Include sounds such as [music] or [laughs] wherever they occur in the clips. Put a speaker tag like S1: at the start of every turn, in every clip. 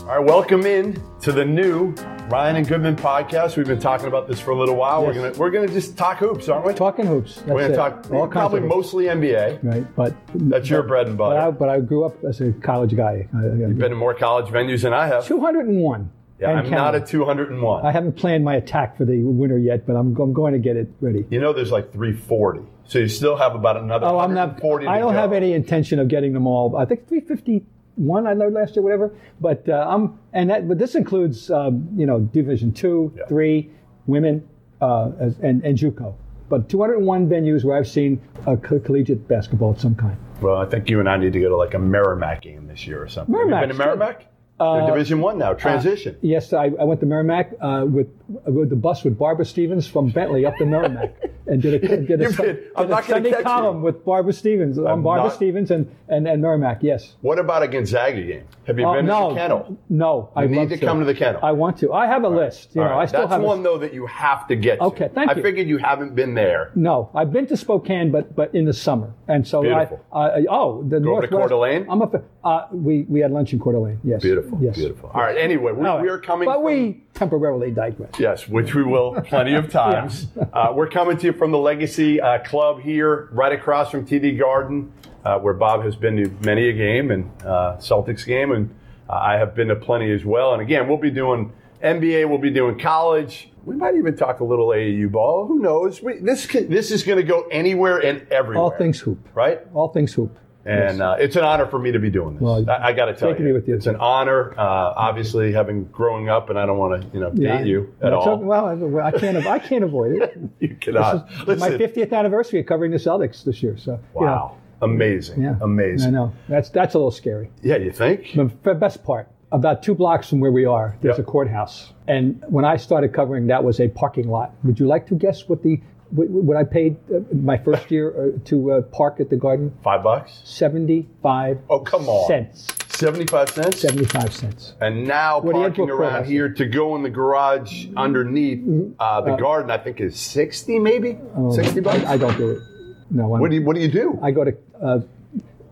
S1: All right, welcome in to the new Ryan and Goodman podcast. We've been talking about this for a little while. We're
S2: Yes.
S1: gonna we're gonna just talk hoops, aren't we?
S2: Talking hoops. That's
S1: we're gonna
S2: it.
S1: talk
S2: all kinds
S1: probably
S2: of hoops,
S1: mostly NBA.
S2: Right, but
S1: That's your bread and
S2: But I,
S1: butter.
S2: but I grew up as a college guy. I, I,
S1: Been to more college venues than I have.
S2: 201.
S1: Yeah,
S2: and
S1: I'm not
S2: counting.
S1: at 201.
S2: I haven't planned my attack for the winter yet, but I'm, I'm going to get it ready.
S1: you know, there's like 340, so you still have about another.
S2: Oh, I'm not.
S1: 40.
S2: I don't have any intention of getting them all. I think 351. I know last year, whatever. But uh, I'm and that. But this includes um, you know Division two,
S1: Yeah.
S2: three, women, uh, as, and and JUCO. But 201 venues where I've seen uh, co- collegiate basketball of some kind.
S1: Well, I think you and I need to go to like a Merrimack game this year or something. have you
S2: Merrimack's
S1: been to Merrimack?
S2: Uh,
S1: They're Division One now. Transition.
S2: Yes, I, I went to Merrimack uh, with, with the bus with Barbara Stevens from Bentley up
S1: [laughs]
S2: to Merrimack and did a, did a,
S1: You
S2: Sun-
S1: did. I'm
S2: did a
S1: not gonna
S2: Sunday
S1: catch you.
S2: column with Barbara Stevens. I'm, Barbara
S1: not-
S2: Stevens and, and, and Merrimack, yes.
S1: what about a Gonzaga game? Have you
S2: Uh,
S1: been
S2: no,
S1: to the Kennel?
S2: No, I
S1: need
S2: love
S1: to come to the kennel.
S2: I want to. I have a list. You
S1: All
S2: know,
S1: right,
S2: I still
S1: That's
S2: have a-
S1: one though that you have to get. to.
S2: Okay, thank
S1: I
S2: you.
S1: figured you haven't been there.
S2: No, I've been to Spokane, but but in the summer, and so
S1: Beautiful.
S2: I, I oh the
S1: over to
S2: Northwest.
S1: Coeur d'Alene?
S2: I'm a fa- uh, we we had lunch in Coeur d'Alene. Yes,
S1: Beautiful,
S2: Yes,
S1: beautiful. All right. Anyway, we,
S2: All right.
S1: we are coming.
S2: but
S1: from-
S2: we temporarily digress.
S1: Yes, which we
S2: [laughs]
S1: will plenty of times. uh, we're coming to you from the Legacy uh, Club here, right across from TD Garden, uh, where Bob has been to many a game and uh, Celtics game, and uh, I have been to plenty as well. And again, we'll be doing NBA, we'll be doing college. We might even talk a little AAU ball. Who knows? We, this can, this is going to go anywhere and everywhere.
S2: All things hoop.
S1: right?
S2: All things hoop.
S1: And uh, it's an honor for me to be doing this.
S2: Well,
S1: I, I got to tell
S2: take it
S1: you,
S2: with you.
S1: it's an honor. Uh, obviously, having growing up, and I don't want to, you know, date
S2: Yeah, I-
S1: you at
S2: that's
S1: all. [laughs]
S2: okay. well, I- well, I can't. av- I can't avoid it.
S1: You cannot.
S2: It's my
S1: Listen,
S2: 50th anniversary of covering the Celtics this year. So you know,
S1: wow. Amazing.
S2: yeah, I
S1: Amazing.
S2: know that's that's a little scary.
S1: Yeah, you think?
S2: The f- best part, about two blocks from where we are, there's
S1: Yep.
S2: a courthouse. And when I started covering, that was a parking lot. Would you like to guess what the what, what I paid uh, my first year uh, to uh, park at the Garden?
S1: Five bucks?
S2: Seventy-five.
S1: Oh, come on.
S2: Cents.
S1: 75 cents?
S2: Seventy-five cents.
S1: And now
S2: do you
S1: parking
S2: have for Mm-hmm.
S1: around
S2: price?
S1: here to go in the garage underneath uh, the garden, I think is 60 maybe? 60 bucks?
S2: Oh, I don't do it. No. I'm,
S1: what, do you, what do you do?
S2: I go to uh,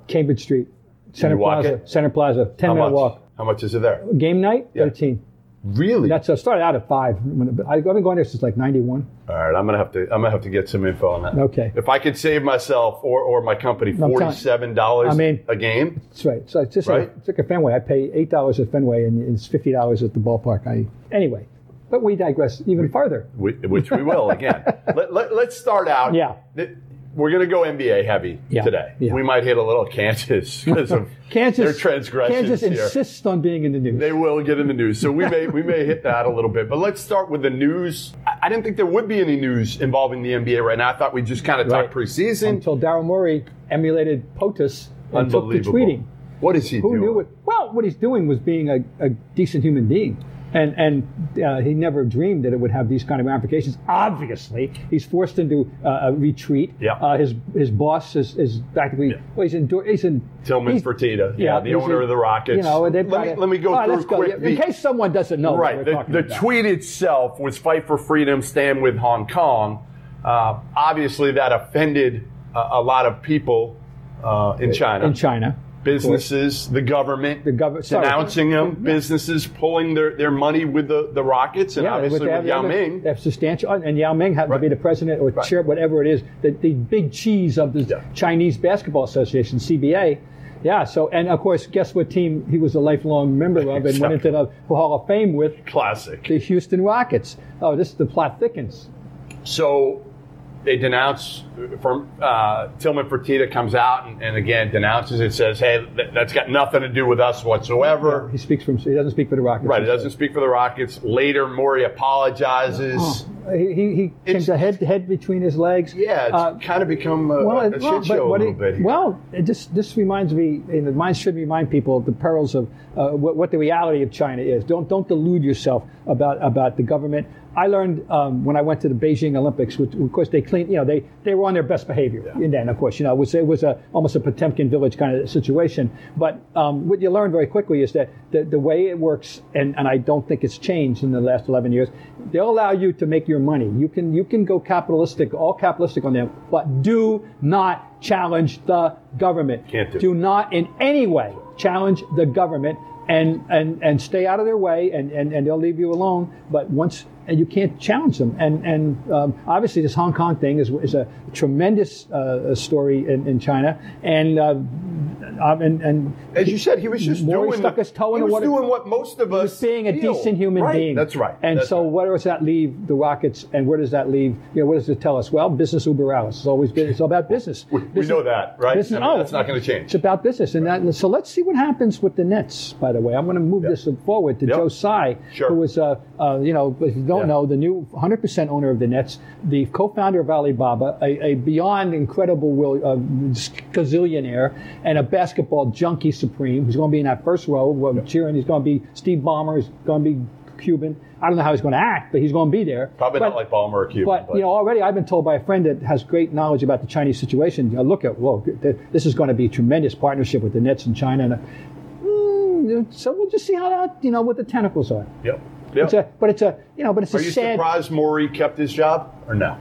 S2: Cambridge Street, Center
S1: walk
S2: Plaza.
S1: it?
S2: Center Plaza. Ten
S1: How
S2: minute
S1: much?
S2: walk.
S1: How much is it there?
S2: Game night. Thirteen.
S1: Really?
S2: That's so. I started out at five. When, but I- I've been going there since like ninety-one.
S1: All right, I'm gonna have to. I'm gonna have to get some info on that.
S2: Okay.
S1: If I could save myself or, or my company
S2: telling-
S1: forty-seven dollars
S2: I mean-
S1: a game,
S2: That's right. So it's just
S1: Right?
S2: like, it's like a Fenway. I pay eight dollars at Fenway and it's fifty dollars at the ballpark. I anyway, but we digress even farther.
S1: whi- which we will
S2: [laughs]
S1: again. let, let, let's start out.
S2: Yeah.
S1: Th- We're gonna go NBA heavy
S2: Yeah,
S1: today.
S2: yeah.
S1: We might hit a little
S2: [laughs]
S1: Kansas because of
S2: Kansas
S1: their transgressions
S2: Kansas
S1: here.
S2: insists on being in the news.
S1: They will get in the news, so we may we may hit that a little bit. But let's start with the news. I, I didn't think there would be any news involving the NBA right now. I thought we'd just kind of
S2: Right.
S1: talk preseason.
S2: Until Daryl Morey emulated POTUS and took to
S1: Unbelievable.
S2: tweeting.
S1: What is he
S2: Who
S1: doing?
S2: knew what? Well, what he's doing was being a, a decent human being. And, and uh, he never dreamed that it would have these kind of ramifications. Obviously, he's forced into uh, a retreat.
S1: Yeah.
S2: Uh, his his boss is, is practically well, he's in he's in
S1: Tillman
S2: he's-
S1: Fertitta, yeah, the
S2: he's
S1: owner
S2: in-
S1: of the Rockets.
S2: You know, they've
S1: let,
S2: got
S1: me,
S2: it.
S1: let me go
S2: All right,
S1: through
S2: let's go.
S1: quick.
S2: In
S1: the-
S2: case someone doesn't know, what
S1: right,
S2: we're
S1: the,
S2: talking
S1: the
S2: about.
S1: tweet itself was "Fight for freedom, stand with Hong Kong." Uh, obviously, that offended uh, a lot of people uh, in China.
S2: in China,
S1: businesses, the government,
S2: The gov- sorry.
S1: denouncing them. Businesses pulling their, their money with the, the Rockets, and
S2: Yeah,
S1: obviously
S2: they
S1: with,
S2: have the
S1: Yao
S2: other-
S1: Ming.
S2: they have substantial, Oh, and Yao Ming happened to be the president or chair, whatever it is, the, the big cheese of the
S1: Yeah.
S2: Chinese Basketball Association (CBA). Yeah. So, and of course, guess what team he was a lifelong member of and went into the Hall of Fame with
S1: Classic.
S2: the Houston Rockets. Oh, this the plot thickens.
S1: So they denounce from uh, Tillman Fertitta comes out and, and again denounces it says hey th- that's got nothing to do with us whatsoever
S2: He speaks from. He doesn't speak for the Rockets.
S1: right it doesn't speak for the Rockets later Morey apologizes
S2: Oh. He he, he
S1: It's-
S2: came to head head between his legs.
S1: yeah it's
S2: Uh,
S1: kind of become a, a
S2: it-
S1: shit
S2: but
S1: show a
S2: what
S1: little
S2: it-
S1: bit here.
S2: Well, it just this reminds me, and it mind should remind people of the perils of uh, what, what the reality of China is. Don't don't delude yourself about about the government I learned um, when I went to the Beijing Olympics, which of course they clean, you know, they, they were on their best behavior.
S1: Yeah.
S2: And then, of course, you know, it was, it was a, almost a Potemkin village kind of situation. But um, what you learn very quickly is that the, the way it works, and, and I don't think it's changed in the last 11 years, they'll allow you to make your money. You can, you can go capitalistic, all capitalistic on them, but do not challenge the government.
S1: Can't do it.
S2: Do not in any way challenge the government and, and, and stay out of their way and, and, and they'll leave you alone. But once, and you can't challenge them. And, and um, obviously, this Hong Kong thing is, is a tremendous uh, story in, in China. And, uh, um, and, and
S1: As you said, he was just
S2: Maury
S1: doing
S2: stuck his toe
S1: he
S2: in
S1: was
S2: the water.
S1: doing what most of us
S2: being a
S1: feel.
S2: decent human
S1: Right,
S2: being.
S1: That's right.
S2: And
S1: That's
S2: so,
S1: right.
S2: where does that leave the Rockets? And where does that leave? You know, what does it tell us? Well, business uber alles. It's always been. It's all about business.
S1: We- we know that, right? I
S2: Business,
S1: mean,
S2: oh,
S1: that's not gonna change.
S2: It's about business, and that, so let's see what happens with the Nets. By the way, I'm going to move this forward to
S1: Yep.
S2: Joe Tsai,
S1: Sure.
S2: who was, uh, uh, you know, if you don't
S1: Yeah.
S2: know, the new 100% owner of the Nets, the co-founder of Alibaba, a, a beyond incredible will, uh, gazillionaire, and a basketball junkie supreme. He's going to be in that first row uh, cheering. He's going to be Steve Ballmer. He's going to be Cuban. I don't know how he's going to act, but he's going to be there.
S1: Probably
S2: But-
S1: not like Balmer or Cuban.
S2: but, you know, already I've been told by a friend that has great knowledge about the Chinese situation. You know, look at whoa, th- this is going to be a tremendous partnership with the Nets in China. And, uh, mm, so we'll just see how that, you know, what the tentacles are.
S1: yep. Yep.
S2: It's a, but it's a, you know, but it's
S1: Are
S2: a
S1: you
S2: sad.
S1: surprised Maury kept his job or no?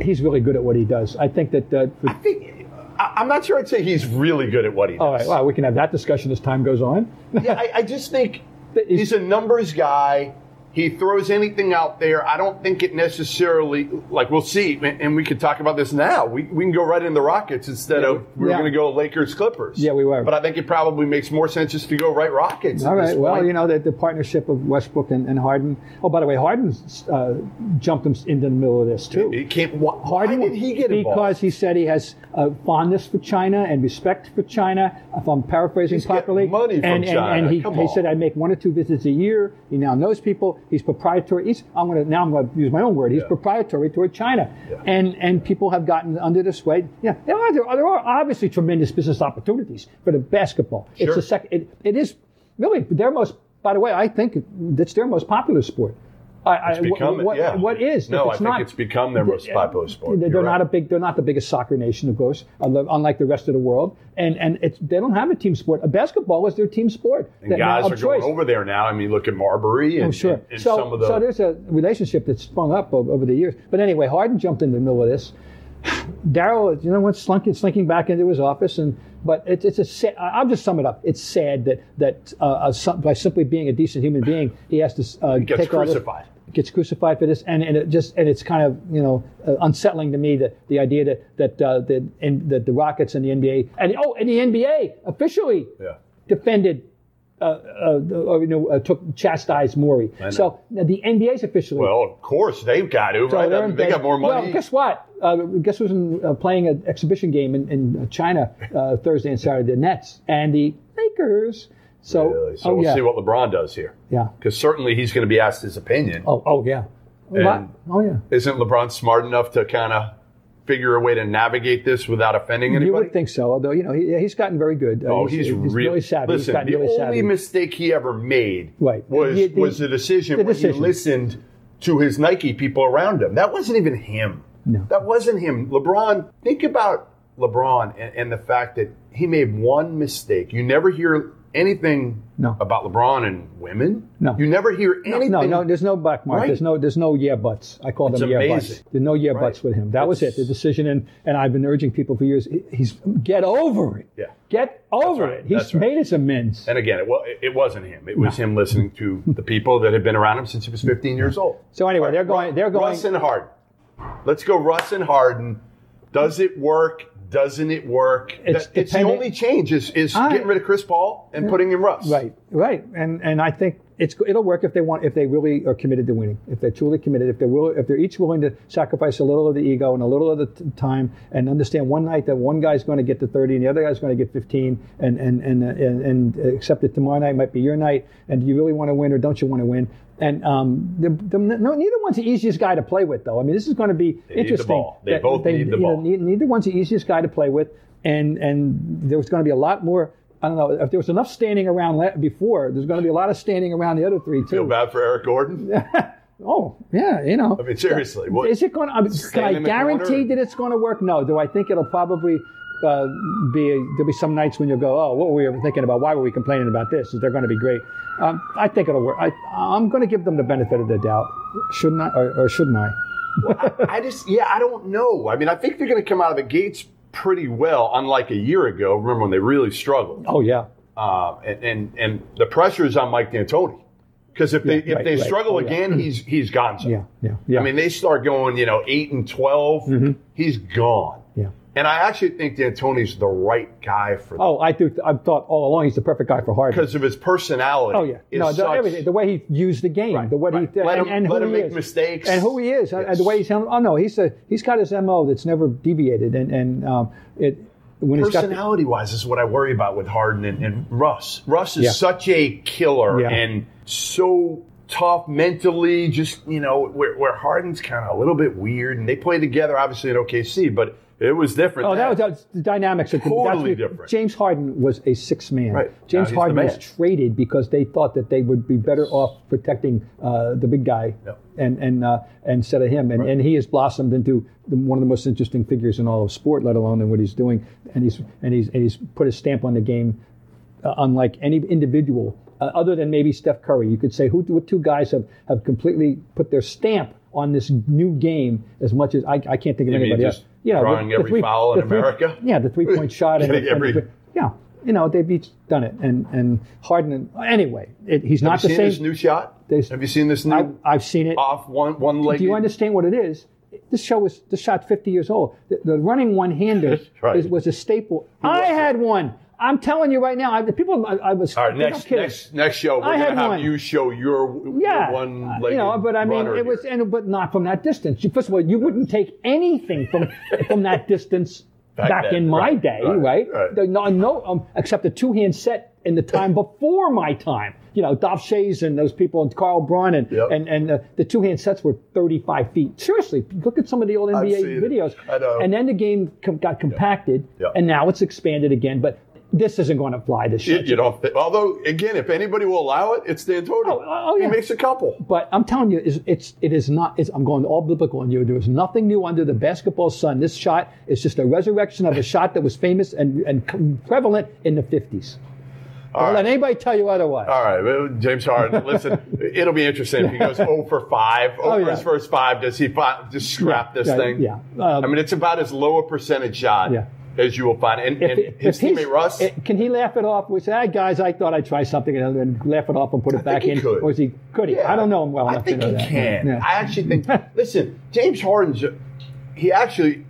S2: He's really good at what he does. I think that. Uh, for-
S1: I think I, I'm not sure. I'd say he's really good at what he does.
S2: all right, well, we can have that discussion as time goes on. [laughs]
S1: yeah, I, I just think
S2: But is-
S1: he's a numbers guy. He throws anything out there. I don't think it necessarily like we'll see, and and we could talk about this now. We, we can go right in the Rockets instead of we were
S2: Yeah.
S1: going to go Lakers Clippers.
S2: Yeah, we were.
S1: But I think it probably makes more sense just to go right Rockets. at
S2: All
S1: this
S2: right. Well,
S1: point.
S2: you know the, the partnership of Westbrook and, and Harden. Oh, by the way, Harden uh, jumped him into the middle of this too.
S1: it can't. Why, why
S2: Harden
S1: did he get involved?
S2: Because he said he has a fondness for China and respect for China, if I'm paraphrasing
S1: He's getting
S2: properly.
S1: money from
S2: and, and-
S1: China.
S2: and he,
S1: Come
S2: he
S1: on.
S2: said, I make one or two visits a year. He now knows people. He's proprietary. He's, I'm gonna, now I'm going to use my own word. He's proprietary toward China.
S1: Yeah.
S2: And, and people have gotten under the sway. Yeah, there are, there are, there are obviously tremendous business opportunities for the basketball. It's
S1: Sure.
S2: a sec- it, it is really their most, by the way, I think that's their most popular sport. I,
S1: It's
S2: I- wh-
S1: become it,
S2: what,
S1: yeah.
S2: what is?
S1: No,
S2: If
S1: I think
S2: not- uh,
S1: it's become their most popular sport.
S2: They're
S1: You're
S2: not
S1: right.
S2: a big. They're not the biggest soccer nation, of course, unlo- unlike the rest of the world. And and it's, they don't have a team sport. basketball was their team sport.
S1: And guys are going over there now. I mean, look at Marbury and,
S2: I'm Oh, sure.
S1: and, and
S2: so,
S1: some of the.
S2: so there's a relationship that's sprung up over, over the years. But anyway, Harden jumped in the middle of this. [sighs] Daryl, you know what, slunk, slinking back into his office, and but it's it's a sad, I- I'll just sum it up. It's sad that that uh, uh, some, by simply being a decent human being, he has to uh,
S1: gets
S2: take all this-
S1: crucified.
S2: gets crucified for this, and, and it just and it's kind of you know uh, unsettling to me that the idea that that uh, that, and, that the Rockets and the NBA and oh and the NBA officially
S1: yeah.
S2: defended, uh, uh, or, you know, uh, took chastised Maury.
S1: know.
S2: So now the NBA's officially.
S1: Well, of course they've got to.
S2: so
S1: right? I
S2: they're
S1: mean,
S2: in
S1: they
S2: bed.
S1: got more money.
S2: Well, guess what? Uh, guess who's in, uh, playing an exhibition game in, in China uh, Thursday and Saturday? The Nets and the Lakers. So,
S1: Really. So
S2: oh,
S1: we'll
S2: yeah.
S1: see what LeBron does here.
S2: yeah.
S1: Because certainly he's going to be asked his opinion.
S2: Oh, oh yeah.
S1: And-
S2: Oh yeah.
S1: Isn't LeBron smart enough to kind of figure a way to navigate this without offending anybody?
S2: You would think so, although you know he, yeah, he's gotten very good. Uh,
S1: Oh, he's, real-
S2: really savvy. he's
S1: Listen,
S2: gotten
S1: the
S2: really
S1: only
S2: savvy.
S1: mistake he ever made
S2: Right.
S1: was
S2: The- the-
S1: was the decision
S2: the
S1: when
S2: decision.
S1: he listened to his Nike people around him. That wasn't even him.
S2: No.
S1: That wasn't him. LeBron, think about LeBron and, and the fact that he made one mistake. You never hear anything
S2: No.
S1: about LeBron and women.
S2: No.
S1: You never hear anything.
S2: No, no, there's no back mark.
S1: Right.
S2: There's no, there's no yeah buts. I call
S1: It's
S2: them yeah
S1: amazing.
S2: buts. There's no yeah
S1: Right.
S2: buts with him. That was it. The decision, and and I've been urging people for years. he- He's get over it.
S1: Yeah.
S2: Get over
S1: right.
S2: it. He's
S1: That's right.
S2: made his amends.
S1: And again, it, well, it, it wasn't him. It was him listening to the people that had been around him since he was 15 years old.
S2: So anyway, they're going. They're going.
S1: Russ and Harden. Let's go Russ and Harden. Does it work? Doesn't it work?
S2: It's
S1: That- the
S2: dependent-
S1: only change is, is
S2: I-
S1: getting rid of Chris Paul and putting in Russ.
S2: Right, right, and and I think it's it'll work if they want if they really are committed to winning, if they're truly committed, if they're will, if they're each willing to sacrifice a little of the ego and a little of the t- time, and understand one night that one guy's going to get to thirty and the other guy's going to get fifteen, and and and uh, and, and accept that tomorrow night might be your night, and do you really want to win or don't you want to win? And um, the, the, no, neither one's the easiest guy to play with, though. I mean, this is going to be
S1: need the
S2: interesting.
S1: ball. They
S2: that
S1: both need the
S2: you know,
S1: ball.
S2: ne- neither one's the easiest guy to play with, and and there was going to be a lot more. I don't know if there was enough standing around la- before. There's going to be a lot of standing around the other three too.
S1: Feel bad for Eric Gordon?
S2: Oh yeah, you know.
S1: I mean, seriously,
S2: [laughs]
S1: what-
S2: Is it going? to Can
S1: Stand
S2: I
S1: in the corner?
S2: guarantee that it's going to work? No. Do I think it'll probably uh, be? There'll be some nights when you'll go, "Oh, what were we ever thinking about? Why were we complaining about this? Is they're going to be great?" Um, I think it'll work. I, I'm going to give them the benefit of the doubt. Shouldn't I? Or, or shouldn't I?
S1: I just, yeah, I don't know. I mean, I think they're going to come out of the gates pretty well, unlike a year ago. Remember when they really struggled?
S2: Oh yeah.
S1: Um, and, and and the pressure is on Mike D'Antoni because if they
S2: Yeah,
S1: if
S2: right,
S1: they
S2: right.
S1: struggle
S2: Oh, yeah.
S1: again, he's he's gone.
S2: Yeah. Yeah. Yeah.
S1: I mean, they start going, you know, eight and 12 He's gone.
S2: Mm-hmm. yeah.
S1: And I actually think D'Antoni's the right guy for
S2: Oh, I do. I've thought all along he's the perfect guy for Harden.
S1: because of his personality.
S2: Oh yeah,
S1: is
S2: no, the,
S1: such-
S2: everything, the way he used the game, the way
S1: right.
S2: he
S1: Let
S2: and,
S1: him-
S2: and who
S1: let him
S2: he
S1: make
S2: is.
S1: mistakes.
S2: and who he is, and- and the way he's handled. Oh no, he's a, he's got his mo that's never deviated, and and um, it when he's got the-
S1: personality wise is what I worry about with Harden and, and Russ. Russ is
S2: Yeah.
S1: such a killer
S2: Yeah.
S1: and so tough mentally, just, you know, where, where Harden's kind of a little bit weird. And they play together, obviously, in OKC, but it was different.
S2: Oh, that was,
S1: then.
S2: that was the dynamics. Are
S1: Totally
S2: that's-
S1: different.
S2: James Harden was a six man.
S1: Right. Now he's
S2: James
S1: the
S2: Harden was
S1: man.
S2: traded because they thought that they would be better off protecting uh, the big guy
S1: Yep.
S2: and and uh, and instead of him. And, and he has blossomed into the, one of the most interesting figures in all of sport, let alone in what he's doing. And he's and he's and he's put his stamp on the game, uh, unlike any individual uh, other than maybe Steph Curry. You could say who what two guys have have completely put their stamp. On this new game, as much as I, I can't think of
S1: You mean
S2: anybody
S1: just
S2: else. You know, the-
S1: drawing
S2: the
S1: every
S2: three-
S1: foul in
S2: the three-
S1: America?
S2: [laughs] yeah, the three point shot.
S1: [laughs]
S2: And,
S1: Getting
S2: and-
S1: every-
S2: yeah, you know they've each done it, and and Harden. And, anyway, it, he's not
S1: Have you
S2: the
S1: seen
S2: same.
S1: this new shot?
S2: There's-
S1: Have you seen this new
S2: I, I've seen it.
S1: off one one leg?
S2: Do you understand what it is? This show was this shot 50 years old. The, the running one
S1: [laughs]
S2: hander
S1: right.
S2: was a staple. I had one. I'm telling you right now. I, the people, I, I was.
S1: All right,
S2: they don't
S1: next
S2: care.
S1: next next show, we're
S2: I
S1: gonna
S2: had
S1: have
S2: one.
S1: you show your,
S2: Yeah,
S1: one
S2: uh,
S1: leg.
S2: you know, but I mean, it was, and, but not from that distance. You- First of all, you wouldn't take anything from from that distance
S1: [laughs] Back
S2: back,
S1: then,
S2: in my
S1: right,
S2: day,
S1: right,
S2: right?
S1: right.
S2: The- no, no, um, except the two hand set in the time before my time. You know, Dolph Shays and those people, and Carl Braun, and
S1: Yep.
S2: and, and uh, the two hand sets were thirty five feet. Seriously, look at some of the old
S1: seen
S2: NBA
S1: it.
S2: videos.
S1: I know.
S2: And then the game com- got compacted,
S1: Yep.
S2: and now it's expanded again. But this isn't going to fly this year.
S1: You, you don't. Think, although, again, if anybody will allow it, it's D'Antoni.
S2: Oh, oh,
S1: He
S2: yeah.
S1: makes a couple.
S2: But I'm telling you, it's, it's it is not. It's, I'm going all biblical on you. There is nothing new under the basketball sun. This shot is just a resurrection of a shot that was famous and and prevalent in the 50s. Don't let anybody tell you otherwise.
S1: All right, well, James Harden.
S2: [laughs]
S1: Listen, it'll be interesting if he goes 0 for 5. 0 for
S2: Oh, yeah.
S1: his first 5. Does he fi- just scrap this
S2: yeah,
S1: thing?
S2: yeah. Um,
S1: I mean, it's about as low a percentage shot
S2: Yeah.
S1: as you will find. And, and
S2: If-
S1: his
S2: if he's-
S1: teammate Russ,
S2: eh, can he laugh it off? We say, ah, guys, I thought I'd try something and then laugh it off and put it back
S1: he
S2: in.
S1: could.
S2: Or is he could he? I don't know him well
S1: I
S2: enough
S1: think
S2: to
S1: he
S2: know that.
S1: can.
S2: Yeah.
S1: I actually
S2: [laughs]
S1: think, listen, James Harden's, he actually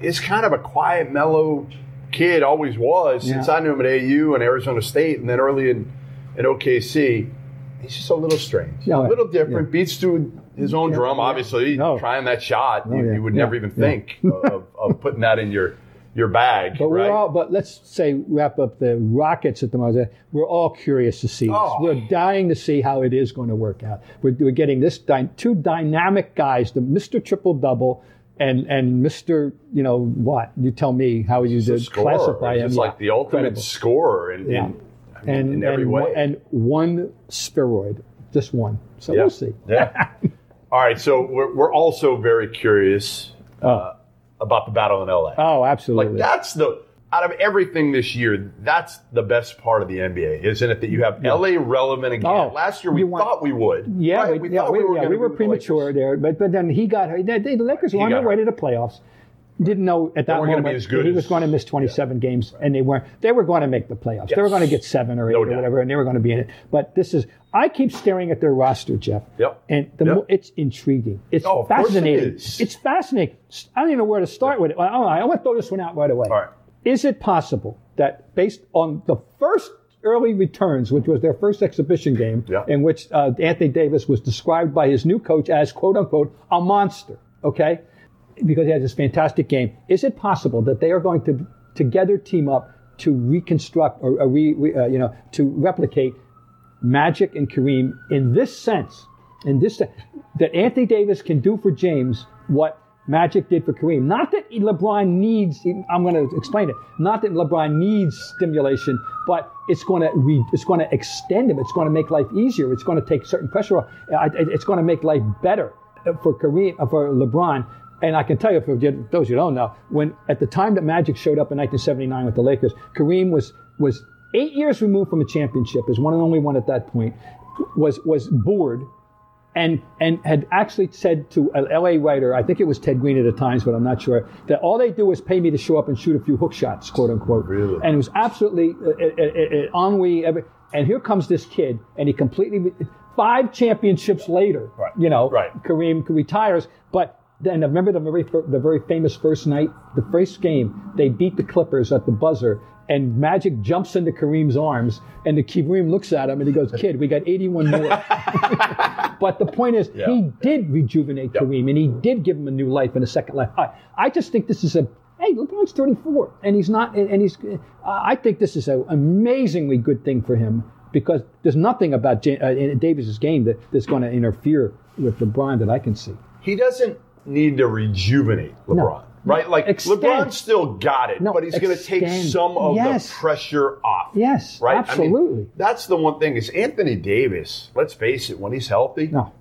S1: is kind of a quiet, mellow kid, always was, since
S2: Yeah.
S1: I knew him at AU and Arizona State and then early in, in OKC. He's just a little strange,
S2: Oh, Yeah,
S1: a little different, beats to his own drum, obviously.
S2: No.
S1: Trying that shot, you,
S2: Oh, yeah.
S1: you would
S2: Yeah.
S1: never even
S2: Yeah.
S1: think of, of putting that in your, your bag,
S2: But
S1: right?
S2: we're all. But let's say wrap up the Rockets at the moment. We're all curious to see. this.
S1: Oh.
S2: We're dying to see how it is going to work out. We're, we're getting this dy- two dynamic guys, the Mister Triple Double and and Mister. You know what? You tell me how you
S1: The
S2: did
S1: scorer,
S2: classify him.
S1: just like
S2: Yeah.
S1: the ultimate
S2: Incredible.
S1: scorer in,
S2: Yeah.
S1: in, I mean,
S2: and
S1: in every
S2: and,
S1: way.
S2: one- and one spheroid, just one. So
S1: Yeah.
S2: we'll see. [laughs]
S1: Yeah. All right. So we're, we're also very curious uh, about the battle in LA.
S2: Oh, absolutely.
S1: That's the out of everything this year. That's the best part of the NBA, isn't it? That you have LA relevant again.
S2: Oh,
S1: Last year we
S2: you want-
S1: thought we would.
S2: Yeah,
S1: right?
S2: we, yeah,
S1: thought
S2: we, yeah,
S1: gonna
S2: we
S1: be
S2: were
S1: with the Lakers.
S2: premature there, but but then he got hurt. The, the Lakers were on
S1: got
S2: their way to the playoffs. Didn't know at that
S1: weren't
S2: moment
S1: gonna be as good
S2: he
S1: as-
S2: was going to miss 27 games, and they weren't. They were going to make the playoffs. They were
S1: Yes.
S2: going to get seven or eight
S1: No
S2: or
S1: doubt.
S2: whatever, and they were going to be in it. But this is, I keep staring at their roster, Jeff.
S1: Yep.
S2: And the
S1: Yep.
S2: mo- it's intriguing. It's
S1: Oh, of course it
S2: fascinating.
S1: is.
S2: It's fascinating. I don't even know where to start with it. Well, all right, I want to throw this one out right away.
S1: All right.
S2: Is it possible that based on the first early returns, which was their first exhibition game,
S1: Yeah.
S2: in which uh, Anthony Davis was described by his new coach as "quote unquote" a monster? Okay, because he had this fantastic game. Is it possible that they are going to together team up to reconstruct or, uh, re, re, uh, you know to replicate Magic and Kareem in this sense, in this that Anthony Davis can do for James what Magic did for Kareem. Not that LeBron needs, I'm going to explain it. Not that LeBron needs stimulation, but it's going to re, it's going to extend him. It's going to make life easier. It's going to take certain pressure off. Uh, it- It's going to make life better for Kareem uh, for LeBron. And I can tell you, for the- those who don't know, when at the time that Magic showed up in 1979 with the Lakers, Kareem was was eight years removed from a championship, is one and only one at that point. Was was bored and and had actually said to an LA writer, I think it was Ted Green at the Times, but I'm not sure, that all they do is pay me to show up and shoot a few hook shots, quote unquote.
S1: Really?
S2: And it was absolutely uh, uh, uh, uh, ennui. Every, and here comes this kid, and he completely five championships later,
S1: Right.
S2: you know,
S1: Right.
S2: Kareem retires, but. Then I remember the very fir- the very famous first night, the first game they beat the Clippers at the buzzer, and Magic jumps into Kareem's arms, and the Kareem looks at him and he goes, "Kid, we got 81
S1: [laughs]
S2: minutes." But the point is,
S1: Yeah.
S2: he did rejuvenate Kareem, and he did give him a new life and a second life. I, I just think this is a hey, LeBron's 34, and he's not, and, and he's. I I think this is an amazingly good thing for him because there's nothing about Ja- uh, in Davis's game that, that's going to interfere with LeBron that I can see.
S1: He doesn't need to rejuvenate LeBron, right? Like
S2: Extend.
S1: LeBron's still got it,
S2: No,
S1: but he's going to take
S2: extend.
S1: some of
S2: Yes.
S1: the pressure off.
S2: Yes,
S1: right? I mean,
S2: absolutely.
S1: that's the one thing is Anthony Davis. Let's face it, when he's healthy,
S2: no,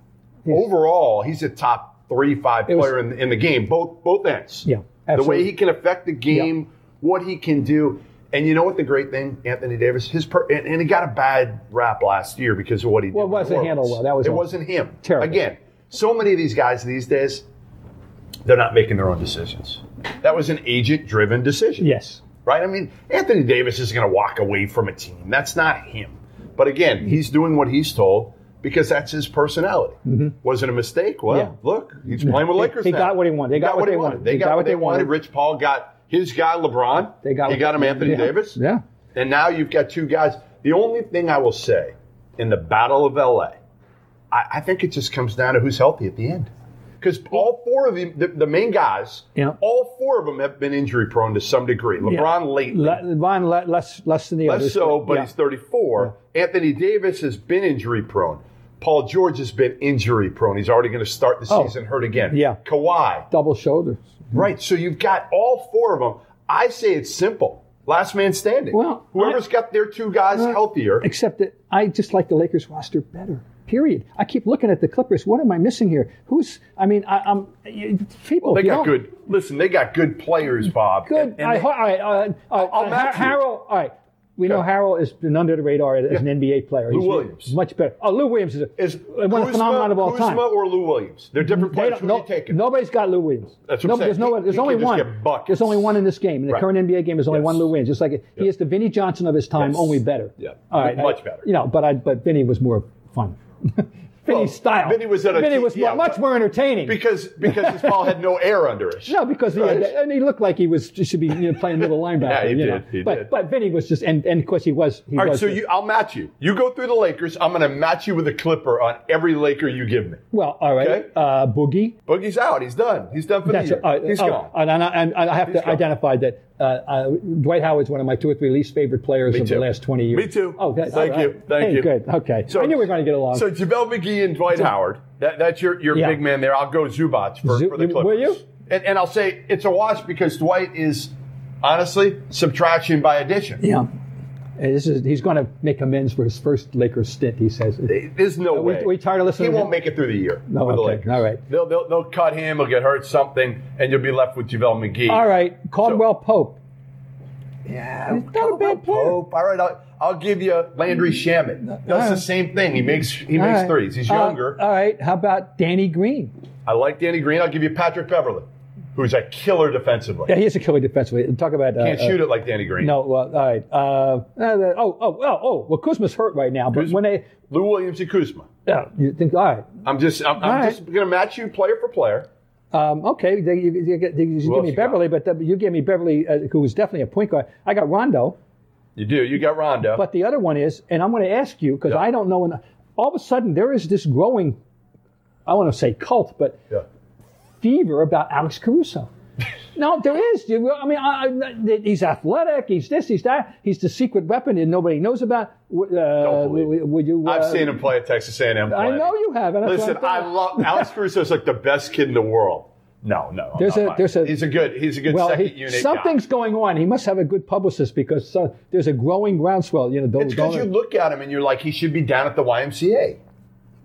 S1: overall he's a top three, five
S2: It was-
S1: player in, in the game, both both ends.
S2: Yeah,
S1: the way
S2: absolutely.
S1: he can affect the game, what he can do, and you know what the great thing, Anthony Davis, his per- and, and he got a bad rap last year because of what he
S2: Well,
S1: did.
S2: it
S1: with
S2: wasn't
S1: New Orleans.
S2: handled well. That was
S1: it
S2: all.
S1: wasn't him.
S2: Terrible.
S1: Again, so many of these guys these days, they're not making their own decisions. That was an agent-driven decision
S2: yes,
S1: right? I mean, Anthony Davis isn't going to walk away from a team. That's not him. But again, he's doing what he's told because that's his personality. Was it a mistake? Well,
S2: Mm-hmm. Yeah.
S1: look, he's playing with Lakers.
S2: They
S1: now.
S2: got what he wanted. They got what they wanted.
S1: They, got, what they wanted. Rich Paul got his guy LeBron.
S2: they got
S1: he got him Anthony
S2: yeah.
S1: Davis.
S2: Yeah,
S1: And now you've got two guys. The only thing I will say in the Battle of LA, I, I think it just comes down to who's healthy at the end. Because all four of them, the, the main guys,
S2: Yeah.
S1: all four of them have been injury prone to some degree. LeBron lately,
S2: Le- LeBron le- less less than the
S1: less
S2: others.
S1: so, but
S2: yeah.
S1: he's 34. Anthony Davis has been injury prone. Paul George has been injury prone. He's already going to start the
S2: Oh.
S1: season hurt again.
S2: Yeah.
S1: Kawhi,
S2: double shoulders.
S1: Right. So you've got all four of them. I say it's simple. Last man standing.
S2: Well,
S1: whoever's got their two guys healthier.
S2: Except that I just like the Lakers roster better. Period. I keep looking at the Clippers. What am I missing here? Who's? I mean, I, I'm people.
S1: They
S2: you
S1: got
S2: know,
S1: good. Listen, they got good players, Bob.
S2: Good.
S1: And- and
S2: I,
S1: they-
S2: all right. All right. All right.
S1: I'll
S2: Uh,
S1: match you.
S2: Har- Harrell. All right. We know Harrell has been under the radar as an NBA player. Lou
S1: Williams.
S2: much better. Oh, Lou Williams is, a,
S1: is
S2: one of the phenomenon of all
S1: Kuzma
S2: time.
S1: or Lou Williams? They're different
S2: They
S1: players.
S2: don't-
S1: Who
S2: no-
S1: you taking?
S2: nobody's got Lou Williams.
S1: That's what
S2: No-
S1: I'm saying.
S2: there's no
S1: He-
S2: one- there's
S1: he
S2: only
S1: can just
S2: one.
S1: get buckets.
S2: There's only one in this game. In the
S1: Right.
S2: current NBA game, there's only
S1: Yes.
S2: one Lou Williams. Just like he is the Vinny Johnson of his time,
S1: Yes.
S2: only better.
S1: Yeah.
S2: All right.
S1: Much better.
S2: You know, but I but Vinny was more fun. [laughs] Vinny's
S1: Well,
S2: style.
S1: Vinny was at a
S2: Vinny
S1: t-
S2: was
S1: yeah,
S2: mu- much
S1: but-
S2: more entertaining.
S1: Because because his ball had no air under it.
S2: no, because he had, and he looked like he was should be you know, playing middle
S1: [laughs]
S2: linebacker.
S1: Yeah, he
S2: you
S1: did.
S2: know.
S1: He
S2: but
S1: did.
S2: but Vinny was just and, and of course he was he
S1: All right,
S2: was
S1: so
S2: the-
S1: you, I'll match you. You go through the Lakers. I'm going to match you with a Clipper on every Laker you give me.
S2: well all right
S1: Okay.
S2: uh, Boogie
S1: Boogie's out. He's done. He's done for
S2: That's
S1: the year.
S2: uh,
S1: He's
S2: oh,
S1: gone.
S2: And, and, and, and I have to
S1: gone.
S2: identify that uh, uh, Dwight Howard's one of my two or three least favorite players of the
S1: too.
S2: last 20 years.
S1: Me too.
S2: Oh, good.
S1: Thank
S2: All right.
S1: you. Thank
S2: Hey,
S1: you.
S2: Good. Okay. I knew we were going to get along.
S1: So JaVale McGee and Dwight Howard. That, that's your, your
S2: Yeah.
S1: big man there. I'll go Zubats for,
S2: Zu-
S1: for the
S2: you- will
S1: Clippers.
S2: you?
S1: And, and I'll say it's a wash because Dwight is honestly subtraction by addition.
S2: yeah. And this is, he's going to make amends for his first Lakers stint, he says.
S1: There's no
S2: we-
S1: way.
S2: we tired of listening
S1: He
S2: to
S1: won't
S2: him?
S1: make it through the year.
S2: No,
S1: with
S2: okay.
S1: the Lakers.
S2: All right.
S1: They'll, they'll they'll cut him. He'll get hurt something, and you'll be left with JaVale McGee.
S2: All right. Caldwell Pope.
S1: Yeah,
S2: He's not a bad player. Mm.
S1: Pope. All right, I'll, I'll give you Landry Shaman. Does
S2: All
S1: the
S2: right.
S1: same thing. He makes he
S2: All
S1: makes
S2: right.
S1: threes. He's
S2: Uh,
S1: younger.
S2: all right. How about Danny Green?
S1: I like Danny Green. I'll give you Patrick Beverly, who's a killer defensively.
S2: Yeah, he is a killer defensively. Talk about. Uh,
S1: Can't
S2: uh,
S1: shoot it like Danny Green.
S2: No, well, all right. Uh, uh, oh, oh, oh, oh. Well, Kuzma's hurt right now, but
S1: Kuzma.
S2: when they,
S1: Lou Williams and Kuzma.
S2: yeah, you think, all right,
S1: I'm just I'm, I'm
S2: right.
S1: just gonna match you player for player.
S2: Um, okay, they, you, you, get- you, give
S1: else
S2: me
S1: you got?
S2: Beverly, but the, you gave me Beverly, uh, who was definitely a point guard. I got Rondo,
S1: You do. You got Rondo.
S2: but the other one is, and I'm going to ask you because I don't know. And all of a sudden, there is this growing, I want to say cult, but
S1: yeah.
S2: fever about Alex
S1: [laughs]
S2: Caruso. no, there is. You- I mean, I, I, he's athletic. He's this. He's that. He's the secret weapon that nobody knows about. W- Uh,
S1: believe
S2: w- would you?
S1: I've
S2: uh,
S1: seen him play at Texas A&M.
S2: I
S1: Planning.
S2: know you have. and that's what
S1: Listen,
S2: I'm
S1: I
S2: thinking.
S1: love Alex Caruso's like the best kid in the world. No, no. I'm
S2: There's
S1: not
S2: a-
S1: buying
S2: there's
S1: it.
S2: a-
S1: he's a good he's a good
S2: Well,
S1: second
S2: he,
S1: unit.
S2: something's
S1: guy.
S2: going on. He must have a good publicist because uh, there's a growing groundswell. You know, don't,
S1: It's because you
S2: don't-
S1: look at him and you're like, he should be down at the YMCA.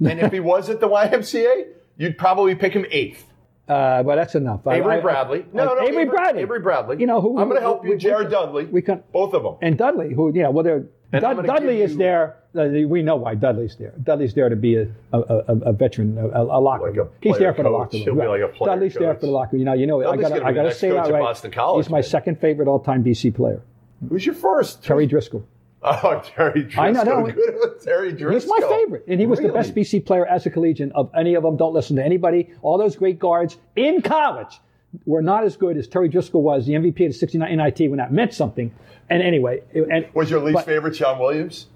S1: And if he was at the YMCA, you'd probably pick him eighth.
S2: uh, but that's enough. I-
S1: Avery
S2: I-
S1: Bradley. No,
S2: I-
S1: no,
S2: Avery Bradley.
S1: Avery Bradley.
S2: You know who?
S1: I'm going to help you,
S2: we- we-
S1: Jared Dudley.
S2: We can
S1: both of them.
S2: and Dudley, who you know, well, they're-
S1: And I'm
S2: Dud,
S1: gonna
S2: Dudley
S1: give
S2: is
S1: you-
S2: there. Uh, we know why Dudley's there. Dudley's there to be a a, a, a veteran, a, a locker.
S1: Like a
S2: room. He's
S1: player
S2: there for the
S1: coach.
S2: locker. room.
S1: He'll be
S2: Right.
S1: like a player
S2: Dudley's there
S1: coach.
S2: for the locker. room. You know, you know,
S1: Dudley's
S2: I
S1: gonna
S2: got
S1: be
S2: I
S1: the
S2: got to
S1: next
S2: say
S1: coach
S2: that
S1: at
S2: right.
S1: Boston College,
S2: He's my
S1: man.
S2: second favorite all-time BC player,
S1: Who's your first?
S2: Terry Driscoll.
S1: [laughs] Oh, Terry Driscoll.
S2: I know, no.
S1: Good old [laughs] Terry Driscoll.
S2: He's my favorite, and he was the
S1: Really?
S2: best BC player as a collegian of any of them. Don't listen to anybody. All those great guards in college were not as good as Terry Driscoll was, the MVP of the '69 NIT when that meant something. And anyway, it- and
S1: Was your least
S2: But-
S1: favorite Sean
S2: [laughs]
S1: Williams?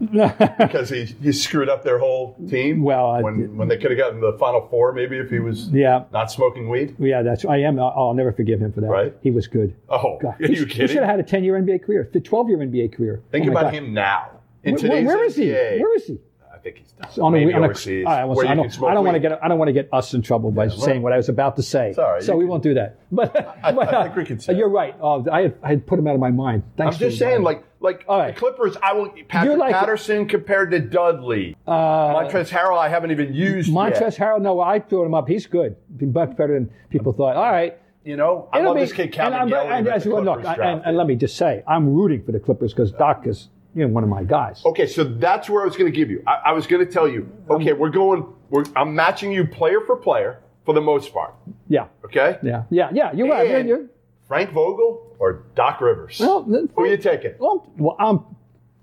S1: because he, he screwed up their whole team.
S2: Well, I-
S1: when when they could have gotten the final four, maybe if he was
S2: yeah,
S1: not smoking weed.
S2: Yeah, that's. I am. I'll, I'll never forgive him for that.
S1: Right?
S2: He was good.
S1: Oh, [laughs]
S2: God,
S1: are
S2: he,
S1: you
S2: He should
S1: kidding?
S2: have had a ten-year NBA career, the twelve-year NBA career.
S1: Think
S2: Oh my
S1: about
S2: God.
S1: him now. In
S2: Where-
S1: today's
S2: where is he?
S1: NBA,
S2: Where is he?
S1: I think he's done.
S2: On a-
S1: Maybe
S2: on a-
S1: overseas.
S2: all right, I won't
S1: where
S2: say- I
S1: you
S2: don't,
S1: can smoke
S2: I don't want
S1: weed.
S2: to get. I don't want to get us in trouble by saying what I was about to say.
S1: all right.
S2: So
S1: You
S2: we
S1: can-
S2: won't
S1: [laughs]
S2: do that. But,
S1: I-
S2: but,
S1: I
S2: uh,
S1: think we can say
S2: you're
S1: it.
S2: right. Uh, I had, I had put him out of my mind. Thanks.
S1: I'm
S2: for
S1: just saying,
S2: reminding me.
S1: like, like
S2: All right.
S1: the Clippers. I will. Patrick
S2: You like-
S1: Patterson compared to Dudley. Uh, Montrezl Harrell. I haven't even used.
S2: Montrezl
S1: yet.
S2: Harrell. No, I threw him up. He's good. He's much better than people thought. All right.
S1: You know, I
S2: It'll
S1: love
S2: be-
S1: this kid, Calvin
S2: and I'm-
S1: Gallery.
S2: and
S1: that
S2: as
S1: the
S2: well, look,
S1: Clippers
S2: I- and,
S1: drafted.
S2: and let me just say, I'm rooting for the Clippers because Doc is you know one of my guys.
S1: Okay, so that's where I was going to give you. I, I was going to tell you.
S2: Um,
S1: Okay, we're going. We're, I'm matching you player for player for the most part.
S2: Yeah.
S1: Okay.
S2: Yeah, yeah, yeah. You're right. You're,
S1: And-
S2: you're,
S1: Frank Vogel or Doc Rivers?
S2: well, then-
S1: Who are you taking?
S2: Well, I'm- well, I'm,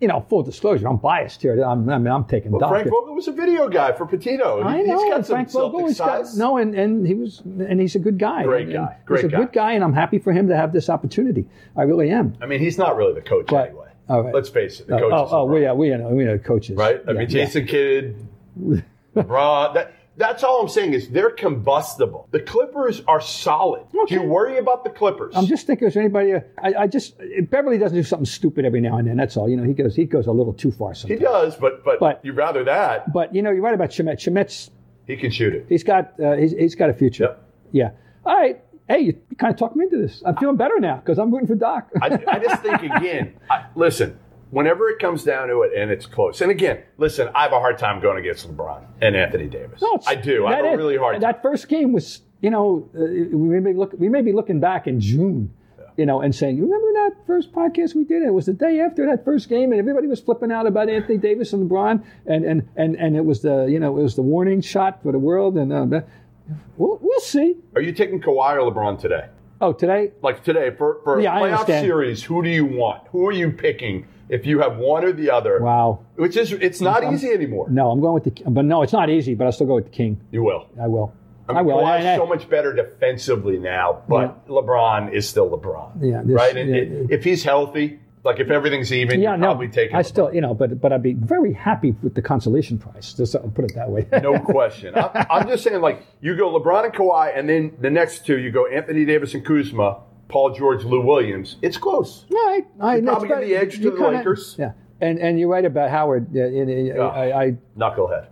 S2: you know, full disclosure, I'm biased here. I'm, I mean, I'm taking
S1: Well,
S2: Doc.
S1: Frank Vogel was a video guy for Patino.
S2: I know.
S1: He's got
S2: and
S1: some
S2: Frank
S1: Celtic
S2: Vogel has got-
S1: size.
S2: no, and, and he was, and he's a good guy.
S1: Great
S2: And-
S1: guy.
S2: and
S1: Great
S2: he's a
S1: guy.
S2: good guy, and I'm happy for him to have this opportunity. I really am.
S1: I mean, he's not really the coach
S2: But-
S1: anyway.
S2: all right.
S1: Let's face it, the coach
S2: oh,
S1: is
S2: oh,
S1: LeBron,
S2: we are, we are, we are coaches,
S1: right? I
S2: Yeah,
S1: mean,
S2: yeah.
S1: Jason
S2: [laughs]
S1: Kidd, LeBron. That, that's all I'm saying is they're combustible. The Clippers are solid.
S2: Okay.
S1: Do you worry about the Clippers?
S2: I'm just thinking, is there anybody? uh, I, I just Beverly doesn't do something stupid every now and then. That's all. You know, he goes, he goes a little too far
S1: he
S2: sometimes.
S1: does, but, but
S2: But-
S1: you'd rather that.
S2: But you know, you're right about Shemet. Shemet's
S1: He can shoot it.
S2: He's got uh, he's, he's got a future.
S1: Yep.
S2: Yeah. All right. Hey, you kind of talked me into this. I'm feeling better now because I'm rooting for Doc.
S1: I, I just think again. I, listen, whenever it comes down to it, and it's close. And again, listen, I have a hard time going against LeBron and Anthony Davis.
S2: No, it's-
S1: I do. I have
S2: that
S1: a
S2: is-
S1: really hard. time.
S2: That first game was, you know, uh, we may be look we may be looking back in June, you know, and saying, you remember that first podcast we did? It was the day after that first game, and everybody was flipping out about Anthony Davis and LeBron, and and and and it was the you know it was the warning shot for the world, and uh, that- we'll we'll see.
S1: Are you taking Kawhi or LeBron today?
S2: Oh, today
S1: Like today for for
S2: Yeah, I
S1: playoff
S2: understand.
S1: series, who do you want? Who are you picking? If you have one or the other,
S2: wow.
S1: which is it's not easy anymore.
S2: No, I'm going with the, but no, it's not easy. But I will still go with the King.
S1: You will.
S2: I will. I,
S1: mean,
S2: will.
S1: Kawhi's
S2: And I-
S1: so much better defensively now, but LeBron is still LeBron.
S2: Yeah, this-
S1: right. And
S2: yeah,
S1: it- if he's healthy, like if everything's even,
S2: Yeah,
S1: you're
S2: no,
S1: probably taking.
S2: I
S1: LeBron.
S2: still, you know, but but I'd be very happy with the consolation prize. Just I'll put it that way. [laughs]
S1: No question. I, I'm just saying, like, you go LeBron and Kawhi, and then the next two, you go Anthony Davis and Kuzma, Paul George, Lou Williams. It's close.
S2: No, I, I
S1: You probably
S2: no, it's
S1: give
S2: better-
S1: the edge to
S2: you
S1: the
S2: kinda-
S1: Lakers.
S2: Yeah, and and you're right about Howard. Yeah, and- and- I, I,
S1: Knucklehead.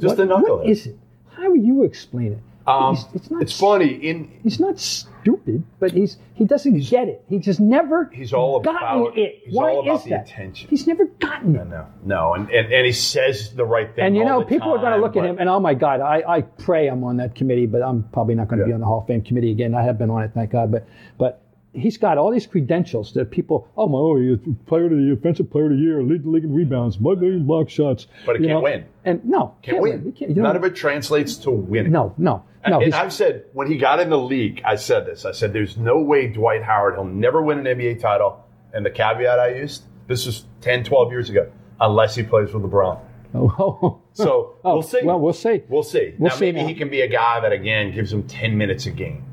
S1: Just a
S2: what-
S1: knucklehead.
S2: What is it? How would you explain it?
S1: Um,
S2: He's- it's not.
S1: it's funny. In
S2: He's not stupid, but he's he doesn't get it. He just never.
S1: He's all
S2: gotten
S1: about-
S2: it.
S1: he's
S2: Why
S1: all about
S2: is
S1: the
S2: that?
S1: attention.
S2: He's never gotten it.
S1: no, no, and, and and he says the right thing.
S2: And you
S1: all
S2: know,
S1: the
S2: people are going to
S1: time,
S2: look at
S1: but-
S2: him, and oh my God, I, I pray I'm on that committee, but I'm probably not going to be
S1: Yeah.
S2: on the Hall of Fame committee again. I have been on it, thank God. But but he's got all these credentials that people, oh my, oh, he's player of the year, offensive player of the year, lead the league in rebounds, my million block shots.
S1: But he
S2: you
S1: can't
S2: know?
S1: win.
S2: And no,
S1: Can't win.
S2: He can't, you
S1: None
S2: know,
S1: of it translates to winning.
S2: no,
S1: [laughs]
S2: no, no.
S1: and
S2: he's-
S1: I've said when he got in the league, I said this. I said there's no way Dwight Howard he'll never win an NBA title. And the caveat I used this was 10, 12 years ago, unless he plays with LeBron.
S2: [laughs] oh,
S1: So
S2: [laughs] oh,
S1: we'll see.
S2: Well, we'll see.
S1: We'll see.
S2: We'll
S1: now,
S2: see
S1: maybe
S2: now.
S1: he can be a guy that again gives him ten minutes a game,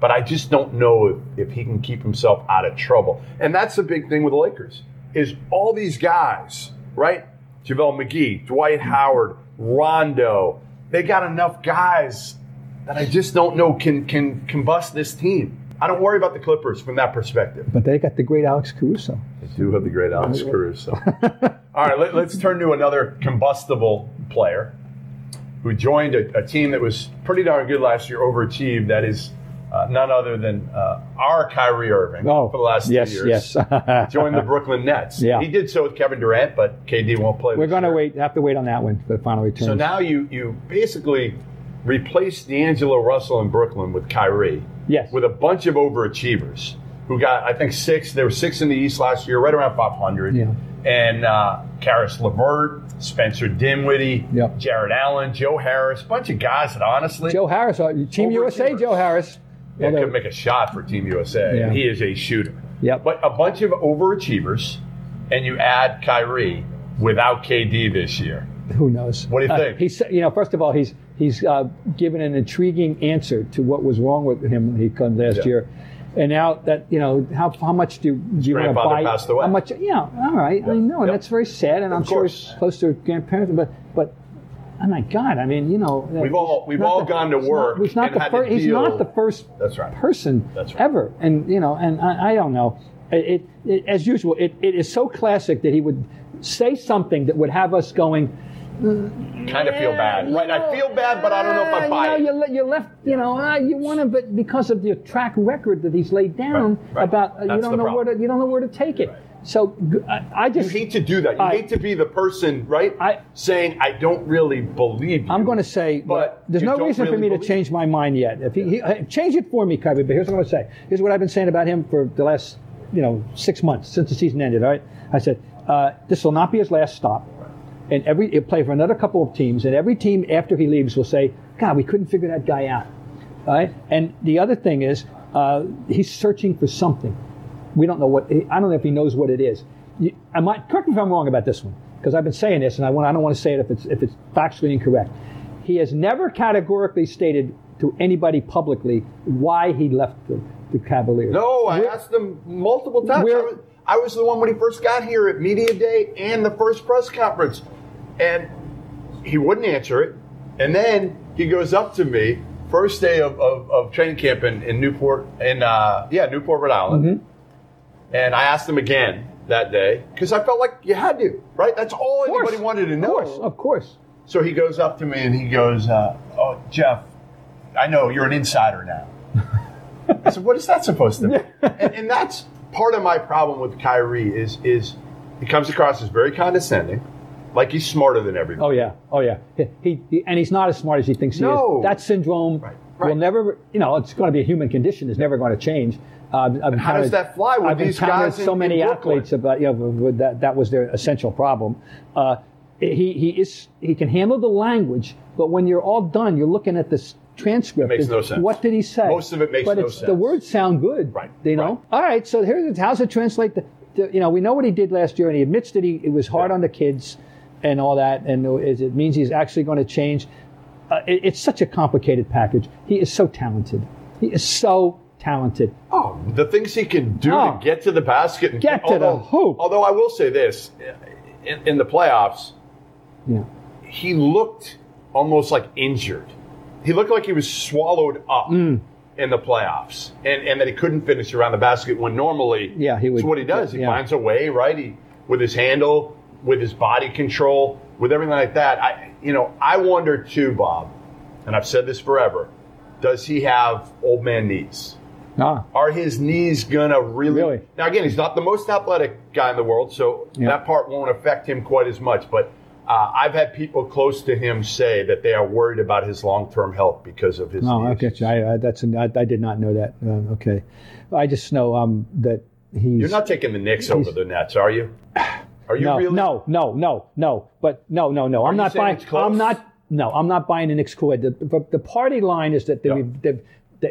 S1: but I just don't know if, if he can keep himself out of trouble. And that's the big thing with the Lakers is all these guys, right? JaVale McGee, Dwight Howard, Rondo. They got enough guys that I just don't know can can combust this team. I don't worry about the Clippers from that perspective.
S2: but they got the great Alex Caruso.
S1: They do have the great Alex
S2: [laughs]
S1: Caruso. All right, let, us turn to another combustible player, who joined a, a team that was pretty darn good last year, overachieved. That is uh, none other than uh, our Kyrie Irving
S2: Oh,
S1: for the last two
S2: yes,
S1: years.
S2: yes. [laughs]
S1: joined the Brooklyn Nets.
S2: Yeah.
S1: He did so with Kevin Durant, but KD won't play.
S2: We're
S1: this
S2: going to
S1: year.
S2: wait. Have to wait on that one for the final return.
S1: So now you you basically replaced D'Angelo Russell in Brooklyn with Kyrie
S2: yes,
S1: with a bunch of overachievers who got I think six. There were six in the East last year, right around 500.
S2: Yeah.
S1: And uh, Karis LeVert, Spencer Dinwiddie,
S2: Yep.
S1: Jared Allen, Joe Harris, bunch of guys that honestly
S2: Joe Harris, uh, Team USA,
S1: Overachievers.
S2: Joe Harris.
S1: yeah,
S2: Although-
S1: could make a shot for Team USA.
S2: Yeah.
S1: He is a shooter.
S2: Yep.
S1: But a bunch of overachievers, and you add Kyrie without KD this year.
S2: Who knows?
S1: What do you
S2: Uh,
S1: think?
S2: he's you know, first of all, he's he's uh, given an intriguing answer to what was wrong with him when he came last
S1: Yeah.
S2: year, and now that you know how how much do, do you want to
S1: grandfather
S2: buy?
S1: passed away.
S2: How much? Yeah, all right, I know, and
S1: Yep.
S2: that's very sad, and I'm sure he's
S1: course.
S2: close to grandparents, but but. Oh my God! I mean, you know,
S1: We've all- we've all gone to work
S2: He's not,
S1: and
S2: the
S1: had to
S2: first. He's not
S1: deal-
S2: the first
S1: That's right.
S2: person
S1: That's right.
S2: ever. And you know, and I, I don't know. It, it, it as usual, it, it is so classic that he would say something that would have us going.
S1: Kind of feel bad. Right. I feel bad, but I don't know if
S2: "Ah,
S1: I buy
S2: you
S1: it.
S2: know, you, le- you left. You know, ah, you want to, but because of your track record that he's laid down
S1: Right, right.
S2: about, uh, you
S1: That's
S2: don't
S1: the
S2: know where
S1: problem.
S2: to, you don't know where to take it. So g- I, I
S1: You
S2: just,
S1: hate to do that. You
S2: I-
S1: hate to be the person, right?
S2: I-
S1: saying I don't really believe you.
S2: I'm going to say,
S1: But
S2: there's
S1: you
S2: no
S1: don't
S2: reason for
S1: really
S2: me to
S1: believe-
S2: change my mind yet. If he, he uh, change it for me, Kyrie, but here's what I'm going to say. Here's what I've been saying about him for the last, you know, six months since the season ended. All right, I said uh, this will not be his last stop, and every he'll play for another couple of teams, and every team after he leaves will say, God, we couldn't figure that guy out. All right, and the other thing is uh, he's searching for something. We don't know what. I don't know if he knows what it is. You- I might correct me if I'm wrong about this one because I've been saying this, and I want. I don't want to say it if it's if it's factually incorrect. He has never categorically stated to anybody publicly why he left the, the Cavaliers.
S1: No, I asked him multiple times. I
S2: We're-
S1: was, I was the one when he first got here at media day and the first press conference, and he wouldn't answer it. And then he goes up to me first day of, of, of training camp in, in Newport, in uh, yeah Newport, Rhode Island,
S2: Mm-hmm.
S1: and I asked him again that day because I felt like you had to, right? That's all
S2: Of course.
S1: anybody wanted to know.
S2: Of course, of course.
S1: So he goes up to me and he goes, uh, "Oh, Jeff, I know you're an insider now." I said, "What is that supposed to mean?" and, and that's part of my problem with Kyrie is is he comes across as very condescending, like he's smarter than everybody.
S2: Oh yeah, oh yeah. He, he, he- and he's not as smart as he thinks he
S1: No.
S2: is. That syndrome
S1: Right,
S2: will
S1: right.
S2: never. You know, it's going to be a human condition. It's never going to change. Uh, I've
S1: How does
S2: encountered-
S1: that fly with
S2: I've
S1: these
S2: encountered
S1: guys in-
S2: so
S1: in
S2: many
S1: Brooklyn?
S2: athletes about you know with that that was their essential problem. Uh, he he is he can handle the language, but when you're all done, you're looking at this transcript.
S1: Makes
S2: and
S1: no sense.
S2: What did he say?
S1: Most of it makes
S2: but
S1: no
S2: it's, The
S1: sense.
S2: words sound good.
S1: Right,
S2: You know.
S1: right.
S2: All right. So here's how's it translate? To, to, you know, we know what he did last year, and he admits that he it was hard
S1: Yeah.
S2: on the kids and all that, and it it means he's actually going to change. Uh, it, it's such a complicated package. He is so talented. He is so talented.
S1: Oh, the things he can do
S2: Oh.
S1: to get to the basket and
S2: Get to the hoop.
S1: Although I will say this, in, in the playoffs,
S2: Yeah.
S1: he looked almost like injured. He looked like he was swallowed up
S2: Mm.
S1: in the playoffs, and, and that he couldn't finish around the basket when normally
S2: Yeah, he would-
S1: it's what he does. He
S2: yeah.
S1: finds a way, right? He with his handle, with his body control, with everything like that. I you know I wonder too, Bob, and I've said this forever. Does he have old man knees?
S2: Ah.
S1: Are his knees gonna really?
S2: Really?
S1: Now again, he's not the most athletic guy in the world, so
S2: Yeah.
S1: that part won't affect him quite as much. But uh, I've had people close to him say that they are worried about his long-term health because of his.
S2: No,
S1: knees.
S2: Oh, I get you. I, I, that's an, I, I did not know that. Uh, okay, I just know um, that he's.
S1: You're not taking the Knicks over the Nets, are you? Are you
S2: no,
S1: really?
S2: no, no, no, no. But no, no, no. I'm
S1: you
S2: not
S1: saying
S2: buying.
S1: it's close?
S2: I'm not. No, I'm not buying the Knicks coed. The, the, the party line is that they,
S1: Yeah.
S2: that,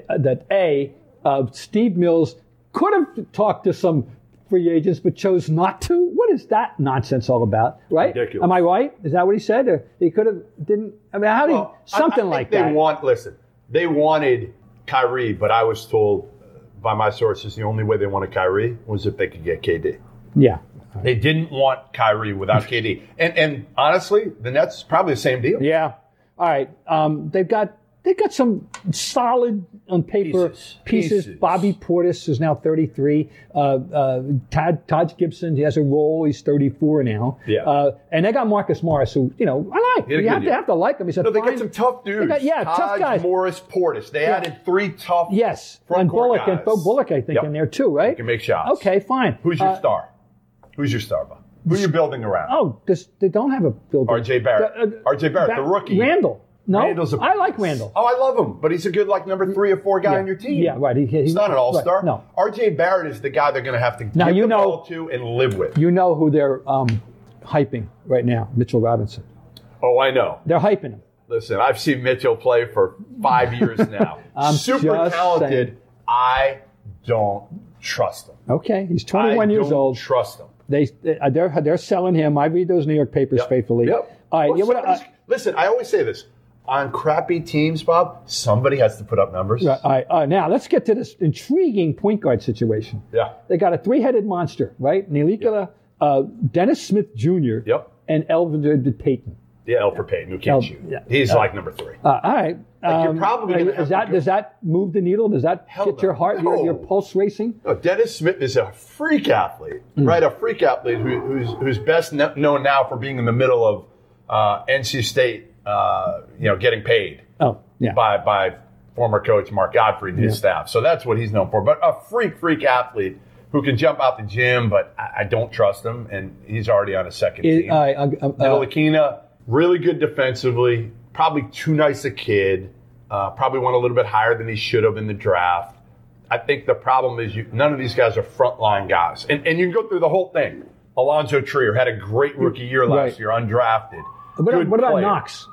S2: that, that a uh, Steve Mills could have talked to some free agents but chose not to. What is that nonsense all about? Right?
S1: Ridiculous.
S2: Am I right? Is that what he said? Or he could have didn't. I mean, how did
S1: Well, I- I
S2: something
S1: think
S2: like
S1: they
S2: that?
S1: want. Listen, they wanted Kyrie, but I was told uh, by my sources the only way they wanted Kyrie was if they could get KD.
S2: yeah.
S1: They didn't want Kyrie without KD, and and honestly, the Nets probably the same deal.
S2: Yeah. All right. Um, they've got they got some solid on paper
S1: Pieces.
S2: pieces.
S1: Pieces.
S2: Bobby Portis is now 33. Uh, uh, Todd, Todd Gibson, he has a role. He's 34 now.
S1: Yeah.
S2: Uh, and they got Marcus Morris, who, you know, I like.
S1: had a
S2: You
S1: good
S2: have
S1: year.
S2: to, have to like him. He's a
S1: No, they
S2: fine-
S1: got some tough dudes.
S2: got- yeah, tough
S1: Taj,
S2: guys.
S1: Morris, Portis. They added three tough.
S2: Yes.
S1: front
S2: and
S1: court
S2: Bullock
S1: guys.
S2: and Bo Bullock, I think,
S1: Yep.
S2: in there too, right?
S1: can make shots.
S2: Okay, fine.
S1: Who's your
S2: Uh,
S1: star? Who's your star? Bob? Who are you building around?
S2: Oh, this, they don't have a builder.
S1: R.J. Barrett.
S2: The, uh,
S1: R.J. Barrett,
S2: that-
S1: the rookie.
S2: Randall. No,
S1: Randall's a-
S2: I like Randall.
S1: Oh, I love him, but he's a good like number three or four guy on your team.
S2: Yeah, right. He- he-
S1: He's not an
S2: right,
S1: all star.
S2: no.
S1: RJ Barrett is the guy they're going to have to
S2: Now
S1: give
S2: you
S1: the
S2: know-
S1: ball to and live with.
S2: You know who they're um, hyping right now? Mitchell Robinson.
S1: oh, I know.
S2: They're hyping him.
S1: Listen, I've seen Mitchell play for five
S2: [laughs]
S1: years now.
S2: I'm
S1: Super
S2: just
S1: talented.
S2: saying.
S1: I don't trust him.
S2: Okay, he's
S1: I
S2: 21 years
S1: don't
S2: old.
S1: Trust him.
S2: They uh, they're they're selling him. I read those New York papers faithfully.
S1: Yep.
S2: All right.
S1: Well,
S2: yeah, what,
S1: somebody's- listen, I always say this. On crappy teams, Bob, somebody has to put up numbers.
S2: uh, all right, all right, now let's get to this intriguing point guard situation.
S1: Yeah.
S2: They got a three-headed monster, right? Nilikina, uh, Dennis Smith Jr.
S1: Yep.
S2: and Elvin Payton.
S1: Yeah, Alfred Payton, who can't
S2: Al-
S1: shoot.
S2: yeah.
S1: He's like number three.
S2: Uh, all right.
S1: Like, you're probably gonna
S2: are you-
S1: have
S2: is
S1: to
S2: that
S1: go-
S2: does that move the needle? Does that
S1: Hell
S2: get your
S1: no.
S2: heart, your, your
S1: No.
S2: pulse racing?
S1: No, Dennis Smith is a freak athlete,
S2: Mm.
S1: right? A freak athlete who, who's who's best kn- known now for being in the middle of uh, NC State, uh, you know, getting paid
S2: Oh, yeah.
S1: by by former coach Mark Godfrey and his staff. So that's what he's known for. But a freak, freak athlete who can jump out the gym, but I, I don't trust him, and he's already on a second
S2: It-
S1: team.
S2: all right, uh, uh, uh,
S1: Delakina, really good defensively, probably too nice a kid, uh, probably went a little bit higher than he should have in the draft. I think the problem is you, none of these guys are frontline guys. And, and you can go through the whole thing. Alonzo Trier had a great rookie year last
S2: Right.
S1: year, undrafted.
S2: what, about-
S1: Good
S2: what about
S1: player.
S2: Knox?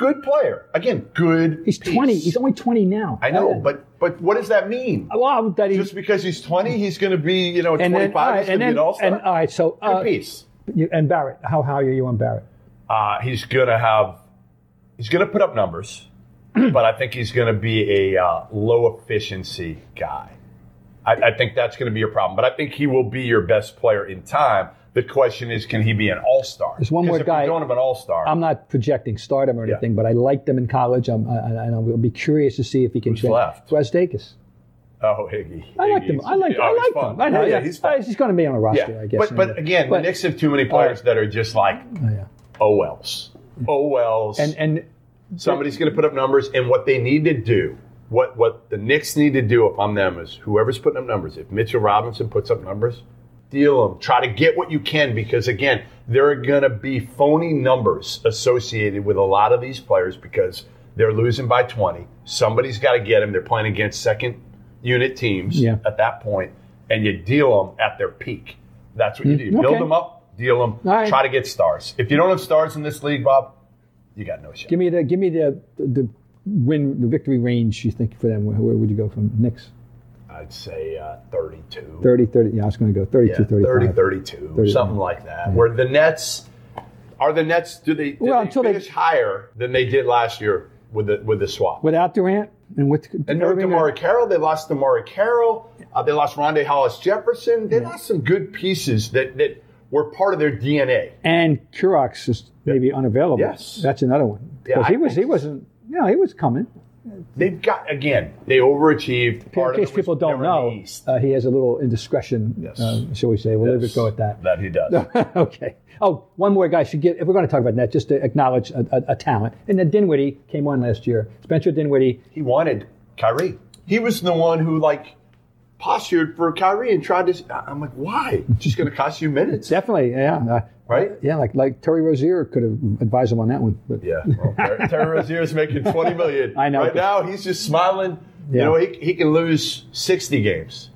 S1: Good player. Again, good.
S2: He's
S1: piece.
S2: 20. He's only 20 now.
S1: I know, but but what does that mean?
S2: well, that he's
S1: Just because he's 20, he's going to be, you know,
S2: and
S1: 25,
S2: then, all right,
S1: he's going
S2: and
S1: to be
S2: then,
S1: an all-star?
S2: and all right, so
S1: good
S2: uh,
S1: piece.
S2: you, and Barrett, how how are you on Barrett?
S1: Uh, he's gonna have, he's gonna put up
S2: [clears throat]
S1: numbers, but I think he's gonna be a uh, low efficiency guy. I, I think that's gonna be your problem. But I think he will be your best player in time. The question is, can he be an all star?
S2: There's one more
S1: if
S2: guy-
S1: You don't have an all star.
S2: I'm not projecting stardom or anything, but I liked him in college. I'm, I, I, and I will be curious to see if he can.
S1: Who's left?
S2: Drakes.
S1: Oh, Iggy.
S2: I liked him.
S1: Iggy's-
S2: I liked.
S1: oh,
S2: I
S1: he's
S2: liked
S1: fun.
S2: him. I know.
S1: Yeah,
S2: Yeah,
S1: yeah, he's fun.
S2: He's going to be on a roster,
S1: Yeah,
S2: I guess.
S1: but but again,
S2: But-
S1: the Knicks have too many players that are just like
S2: oh, yeah.
S1: oh wells, oh wells,
S2: and and
S1: Somebody's going to put up numbers, and what they need to do, what what the Knicks need to do, if I'm them, is whoever's putting up numbers. If Mitchell Robinson puts up numbers, deal them. Try to get what you can because again, there are going to be phony numbers associated with a lot of these players because they're losing by 20. Somebody's got to get them. They're playing against second unit teams
S2: Yeah.
S1: at that point, and you deal them at their peak. That's what you do. You
S2: Mm-hmm. okay.
S1: Build them up, deal them.
S2: All right.
S1: Try to get stars. If you don't have stars in this league, Bob, you got no shot.
S2: give me the give me the the win the victory range you think for them. Where, where would you go from Knicks?
S1: I'd say uh, 32.
S2: 30, 30. Yeah, I was going to go 32,
S1: Yeah, 30,
S2: 35.
S1: 32, something like that. Where the Nets are the Nets? Do they, do
S2: Well,
S1: they
S2: until they-
S1: finish higher than they did last year with the with the swap?
S2: Without Durant and with
S1: and no
S2: Irving uh,
S1: Damari Carroll. They lost Damari Carroll. Uh, they lost Rondé Hollis Jefferson. They lost some good pieces that that were part of their DNA.
S2: and Kurox is maybe unavailable.
S1: Yes.
S2: that's another one.
S1: Yeah,
S2: Because
S1: I
S2: he was he wasn't. Yeah, he was coming.
S1: They've got again. They overachieved.
S2: In
S1: Part of
S2: case
S1: it was
S2: people
S1: they
S2: don't
S1: were in the
S2: know,
S1: East.
S2: uh, he has a little indiscretion,
S1: Yes.
S2: uh, shall we say. We'll leave
S1: Yes,
S2: it go at that. [laughs]
S1: That he does.
S2: okay. Oh, one more guy should get, if we're going to talk about that, just to acknowledge a, a, a talent. And then Dinwiddie came on last year. Spencer Dinwiddie,
S1: He wanted Kyrie. He was the one who like postured for Kyrie and tried to. I- I'm like, why? It's just going to cost you minutes,
S2: definitely, yeah. uh,
S1: right?
S2: yeah, like like Terry Rozier could have advised him on that one. But
S1: Yeah. Well, Ter- Terry Rozier is making 20 million.
S2: [laughs] I know.
S1: Right now, he's just smiling. You
S2: Yeah.
S1: know, he, he can lose 60 games,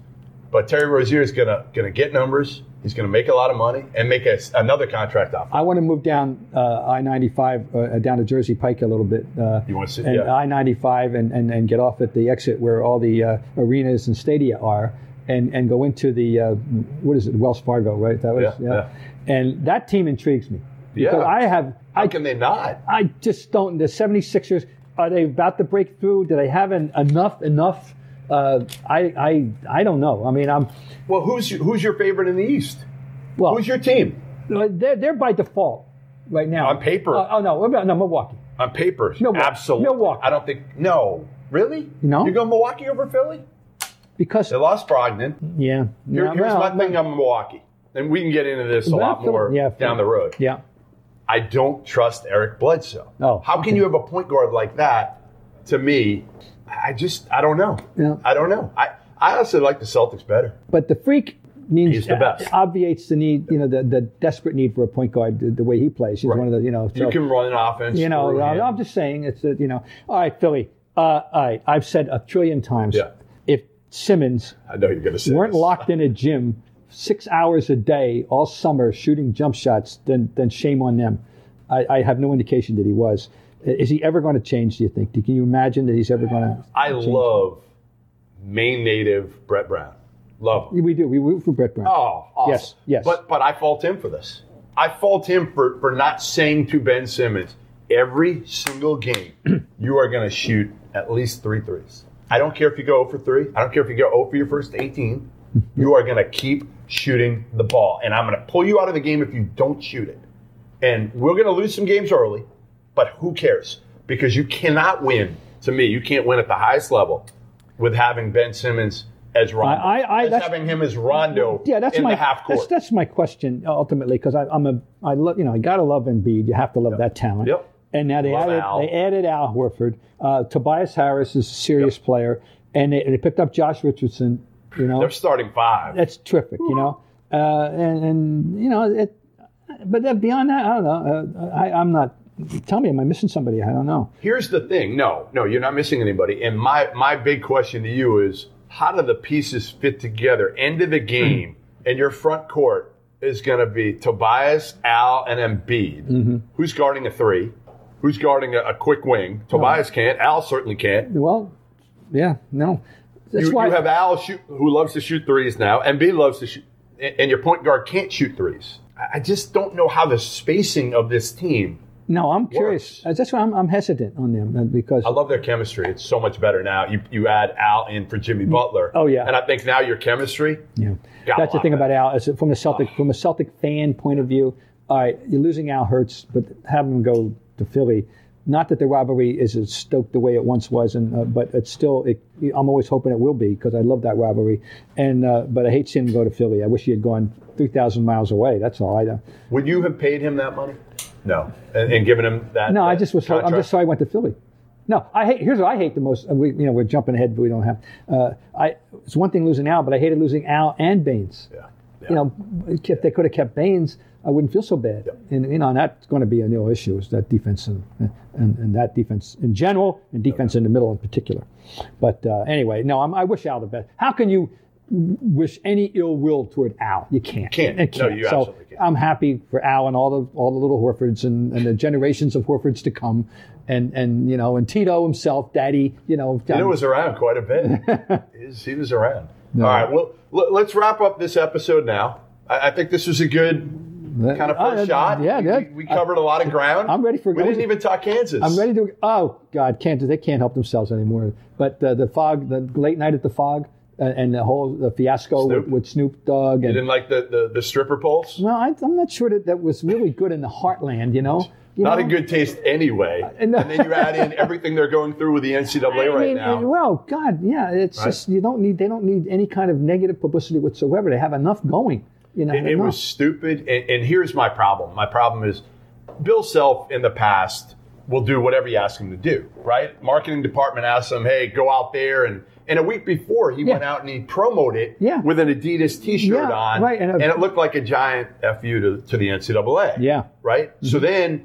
S1: but Terry Rozier is going to going to get numbers. He's going to make a lot of money and make us another contract offer.
S2: I want to move down uh, I ninety five uh, down to Jersey Pike a little bit. Uh,
S1: You wanna sit-
S2: and
S1: yeah.
S2: I ninety five and, and and get off at the exit where all the uh, arenas and stadia are, and and go into the uh, what is it Wells Fargo right? That was
S1: Yeah,
S2: And that team intrigues me
S1: Yeah.
S2: because I have
S1: How
S2: I
S1: can they not?
S2: I just don't. The 76ers, are they about to break through? Do they have an, enough? Enough? Uh, I, I, I don't know. I mean, I'm
S1: Well, who's your- who's your favorite in the East?
S2: well.
S1: Who's your team?
S2: they're, they're by default right now
S1: On paper.
S2: Uh, oh no, what about- no Milwaukee.
S1: On paper,
S2: Milwaukee.
S1: absolutely.
S2: Milwaukee.
S1: I don't think. No, really?
S2: No.
S1: You go Milwaukee over Philly?
S2: because
S1: They lost Brogdon.
S2: yeah.
S1: Here-
S2: Yeah,
S1: here's
S2: well,
S1: my thing on Milwaukee, and we can get into this a
S2: Well,
S1: lot
S2: Philly-
S1: more
S2: yeah,
S1: down the road.
S2: Yeah.
S1: I don't trust Eric Bledsoe.
S2: Oh,
S1: How can
S2: okay.
S1: you have a point guard like that? To me, I just I don't know.
S2: Yeah.
S1: I don't know. I I honestly like the Celtics better.
S2: But the freak means
S1: He's the best.
S2: obviates the need, you know, the, the desperate need for a point guard the, the way he plays. He's
S1: Right.
S2: one of the, you know,
S1: You
S2: so-
S1: can run an offense.
S2: you know, uh,
S1: through
S2: I'm,
S1: him.
S2: I'm just saying it's a, you know, all right, Philly. Uh, all right, I've said a trillion times.
S1: Yeah.
S2: If Simmons
S1: I know you're going to say
S2: weren't
S1: this.
S2: locked in a gym six hours a day all summer shooting jump shots, then then shame on them. I, I have no indication that he was. I- Is he ever going to change? Do you think? Can you imagine that he's ever going to?
S1: I love Maine native Brett Brown. Love him.
S2: We do. We root for Brett Brown.
S1: Oh, awesome.
S2: Yes, yes.
S1: But but I fault him for this. I fault him for, for not saying to Ben Simmons, every single game, [clears throat] you are going to shoot at least three threes. I don't care if you go 0 for 3. I don't care if you go 0 for your first
S2: [laughs]
S1: 18. You are going to keep shooting the ball. And I'm going to pull you out of the game if you don't shoot it. And we're going to lose some games early, but who cares? Because you cannot win, to me, you can't win at the highest level with having Ben Simmons as Rondo.
S2: I- I- I-
S1: As
S2: that's-
S1: having him as Rondo
S2: Yeah, that's
S1: in
S2: my
S1: the half court.
S2: That's, that's my question ultimately because I'm a I love you know I gotta love Embiid. You have to love that talent.
S1: Yep.
S2: And now they
S1: Love
S2: added
S1: Al.
S2: they added Al Horford. Uh, Tobias Harris is a serious player, and they, they picked up Josh Richardson. You know
S1: They're starting five.
S2: that's terrific. You know, uh, and and you know it. But then beyond that, I don't know. Uh, I, I'm not. Tell me, am I missing somebody? I don't know.
S1: Here's the thing. No, no, you're not missing anybody. And my my big question to you is how do the pieces fit together? End of the
S2: Hmm.
S1: game, and your front court is going to be Tobias, Al, and Embiid.
S2: Mm-hmm.
S1: Who's guarding a three? Who's guarding a, a quick wing? Tobias can't. Al certainly can't.
S2: Well, yeah, no. That's
S1: You,
S2: why
S1: you have Al shoot, who loves to shoot threes now. Embiid loves to shoot, and and your point guard can't shoot threes. I- I just don't know how the spacing of this team
S2: no. I'm curious. That's why I'm, I'm hesitant on them uh, because
S1: I love their chemistry. It's so much better now. You you add Al in for Jimmy Butler.
S2: Oh, yeah.
S1: And I think now your chemistry.
S2: Yeah,
S1: Got
S2: that's
S1: a
S2: the
S1: lot
S2: thing
S1: of
S2: about Al. Is that from a Celtic from a Celtic fan point of view, all right, you're losing Al Hurts, but have him go to Philly. Not that the rivalry is as stoked the way it once was, and uh, but it's still. It, I'm always hoping it will be because I love that rivalry, and uh, but I hate seeing him go to Philly. I wish he had gone three thousand miles away. That's all. I don't.
S1: Would you have paid him that money? No, and, and given him that.
S2: No, I
S1: that
S2: just was. I'm
S1: contract?
S2: just sorry I went to Philly. No, I hate. Here's what I hate the most. And we, you know, we're jumping ahead, but we don't have. Uh, I it's one thing losing Al, but I hated losing Al and Baines.
S1: Yeah. yeah.
S2: you know, if they could have kept Baines, I wouldn't feel so bad. And you know, and that's going to be a real issue is that defense and, and, and that defense in general and defense in the middle in particular. But uh, anyway, no, I'm, I wish Al the best. How can you wish any ill will toward Al? You can't.
S1: Can't.
S2: You
S1: No, you
S2: so
S1: absolutely can't.
S2: I'm happy for Al and all the all the little Horfords and, and the generations of Horfords to come. And, and you know and Tito himself, Daddy, you know,
S1: And it was around quite a bit.
S2: [laughs]
S1: he was- he was around. All right. Well, l- let's wrap up this episode now. I, I think this was a good kind of first
S2: Uh,
S1: shot.
S2: Yeah,
S1: we,
S2: yeah.
S1: we, we covered a lot of ground.
S2: I'm ready for-
S1: We didn't even talk Kansas.
S2: I'm ready to. Oh God, Kansas, they can't help themselves anymore. But uh, the fog, the late night at the fog, uh, and the whole the fiasco
S1: Snoop.
S2: With, with Snoop Dogg,
S1: You
S2: and
S1: didn't like the the, the stripper polls.
S2: well, I, I'm not sure that that was really good in the heartland, you know. You
S1: Not
S2: know?
S1: in good taste anyway.
S2: no.
S1: And then you add in everything they're going through with the NCAA
S2: I
S1: right
S2: mean,
S1: now.
S2: and- Uh, well, God, yeah, it's
S1: Right.
S2: just you don't need. They don't need any kind of negative publicity whatsoever. They have enough going. You know,
S1: it, it
S2: enough.
S1: was stupid. And, and here's my problem. My problem is Bill Self in the past will do whatever you ask him to do, right? Marketing department asks him, hey, go out there and and a week before he went out and he promoted it
S2: Yeah.
S1: with an Adidas t-shirt
S2: Yeah,
S1: on.
S2: right, and a-
S1: and it looked like a giant FU to, to the NCAA.
S2: Yeah. Mm-hmm.
S1: Right? So then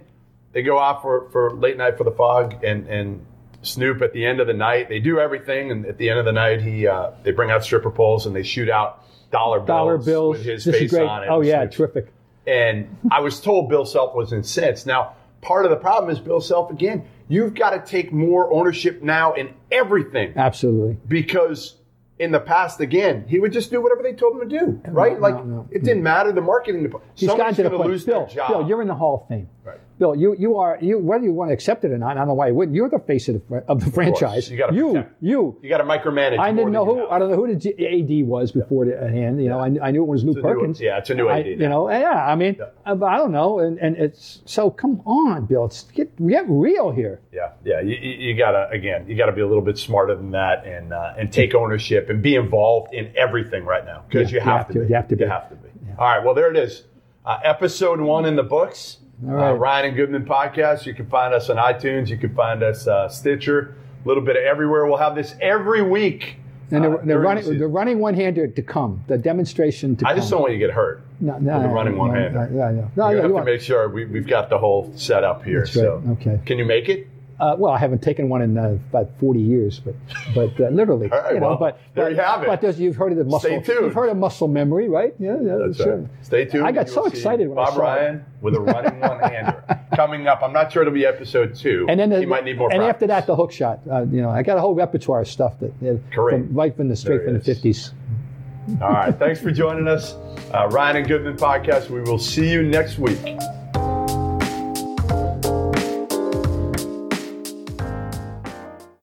S1: they go out for, for late night for the fog and and Snoop at the end of the night. They do everything, and at the end of the night, he uh, they bring out stripper poles and they shoot out dollar bills,
S2: dollar bills.
S1: with his
S2: this
S1: face
S2: is great.
S1: on it.
S2: oh yeah,
S1: Snoop's
S2: terrific.
S1: and I was told Bill Self was incensed. Now, part of the problem is Bill Self, again, you've got to take more ownership now in everything
S2: Absolutely.
S1: because in the past, again, he would just do whatever they told him to do, right?
S2: no,
S1: like,
S2: no.
S1: it didn't matter the marketing department.
S2: He's
S1: Someone's
S2: gotten to the
S1: going to
S2: point.
S1: lose
S2: Bill,
S1: their job.
S2: Bill, you're in the Hall of Fame.
S1: Right.
S2: Bill, you you are you whether you want to accept it or not. I don't know why you wouldn't. You're the face of the, fr- of the franchise.
S1: You gotta
S2: you,
S1: protect.
S2: you.
S1: You got to micromanage. more
S2: I didn't
S1: than
S2: know
S1: you
S2: who I don't know who the G- AD was before the uh, hand. You know, I, I knew it was Lou
S1: It's a new-
S2: Perkins.
S1: yeah, it's a new
S2: I-
S1: AD. now.
S2: you know, yeah. I mean, I, I don't know, and, and it's so. Come on, Bill. It's get get real here.
S1: Yeah, yeah. You, you you gotta again, you gotta be a little bit smarter than that, and uh, and take ownership and be involved in everything right now because
S2: Yeah,
S1: you, have to. Be.
S2: you have to be.
S1: You have to be. All right. Well, there it is. Uh, episode one in the books.
S2: All right.
S1: Uh, Ryan and Goodman podcast. You can find us on iTunes. You can find us uh, Stitcher. A little bit of everywhere. We'll have this every week.
S2: And
S1: uh,
S2: they're, they're
S1: during the
S2: running.
S1: season.
S2: they're running one hand to, to come. The demonstration to
S1: I
S2: come.
S1: just don't want you to get hurt.
S2: No, no,
S1: the
S2: no,
S1: running
S2: no,
S1: one
S2: no,
S1: hand.
S2: no, Yeah, yeah. No,
S1: We
S2: Oh, yeah,
S1: have
S2: you
S1: to
S2: want-
S1: make sure we, we've got the whole setup here.
S2: right.
S1: So
S2: Okay.
S1: Can you make it?
S2: Uh, well, I haven't taken one in uh, about 40 years, but but uh,
S1: [laughs]
S2: literally,
S1: All right,
S2: you know.
S1: well,
S2: but
S1: there
S2: but,
S1: you have it.
S2: But there's, you've heard of the muscle.
S1: tuned.
S2: You've heard of muscle memory, right? Yeah, yeah,
S1: That's
S2: sure.
S1: right. Stay tuned.
S2: I got
S1: You
S2: so
S1: will see
S2: excited when I
S1: Bob
S2: saw it.
S1: Ryan with a running
S2: [laughs]
S1: one-hander coming up. I'm not sure it'll be episode two.
S2: And then the,
S1: he might need more.
S2: And
S1: practice.
S2: after that, the hook shot. Uh, you know, I got a whole repertoire of stuff that uh,
S1: Correct.
S2: from right from the straight
S1: There
S2: from the
S1: is.
S2: 50s.
S1: All right. Thanks for joining us, uh, Ryan and Goodman podcast. We will see you next week.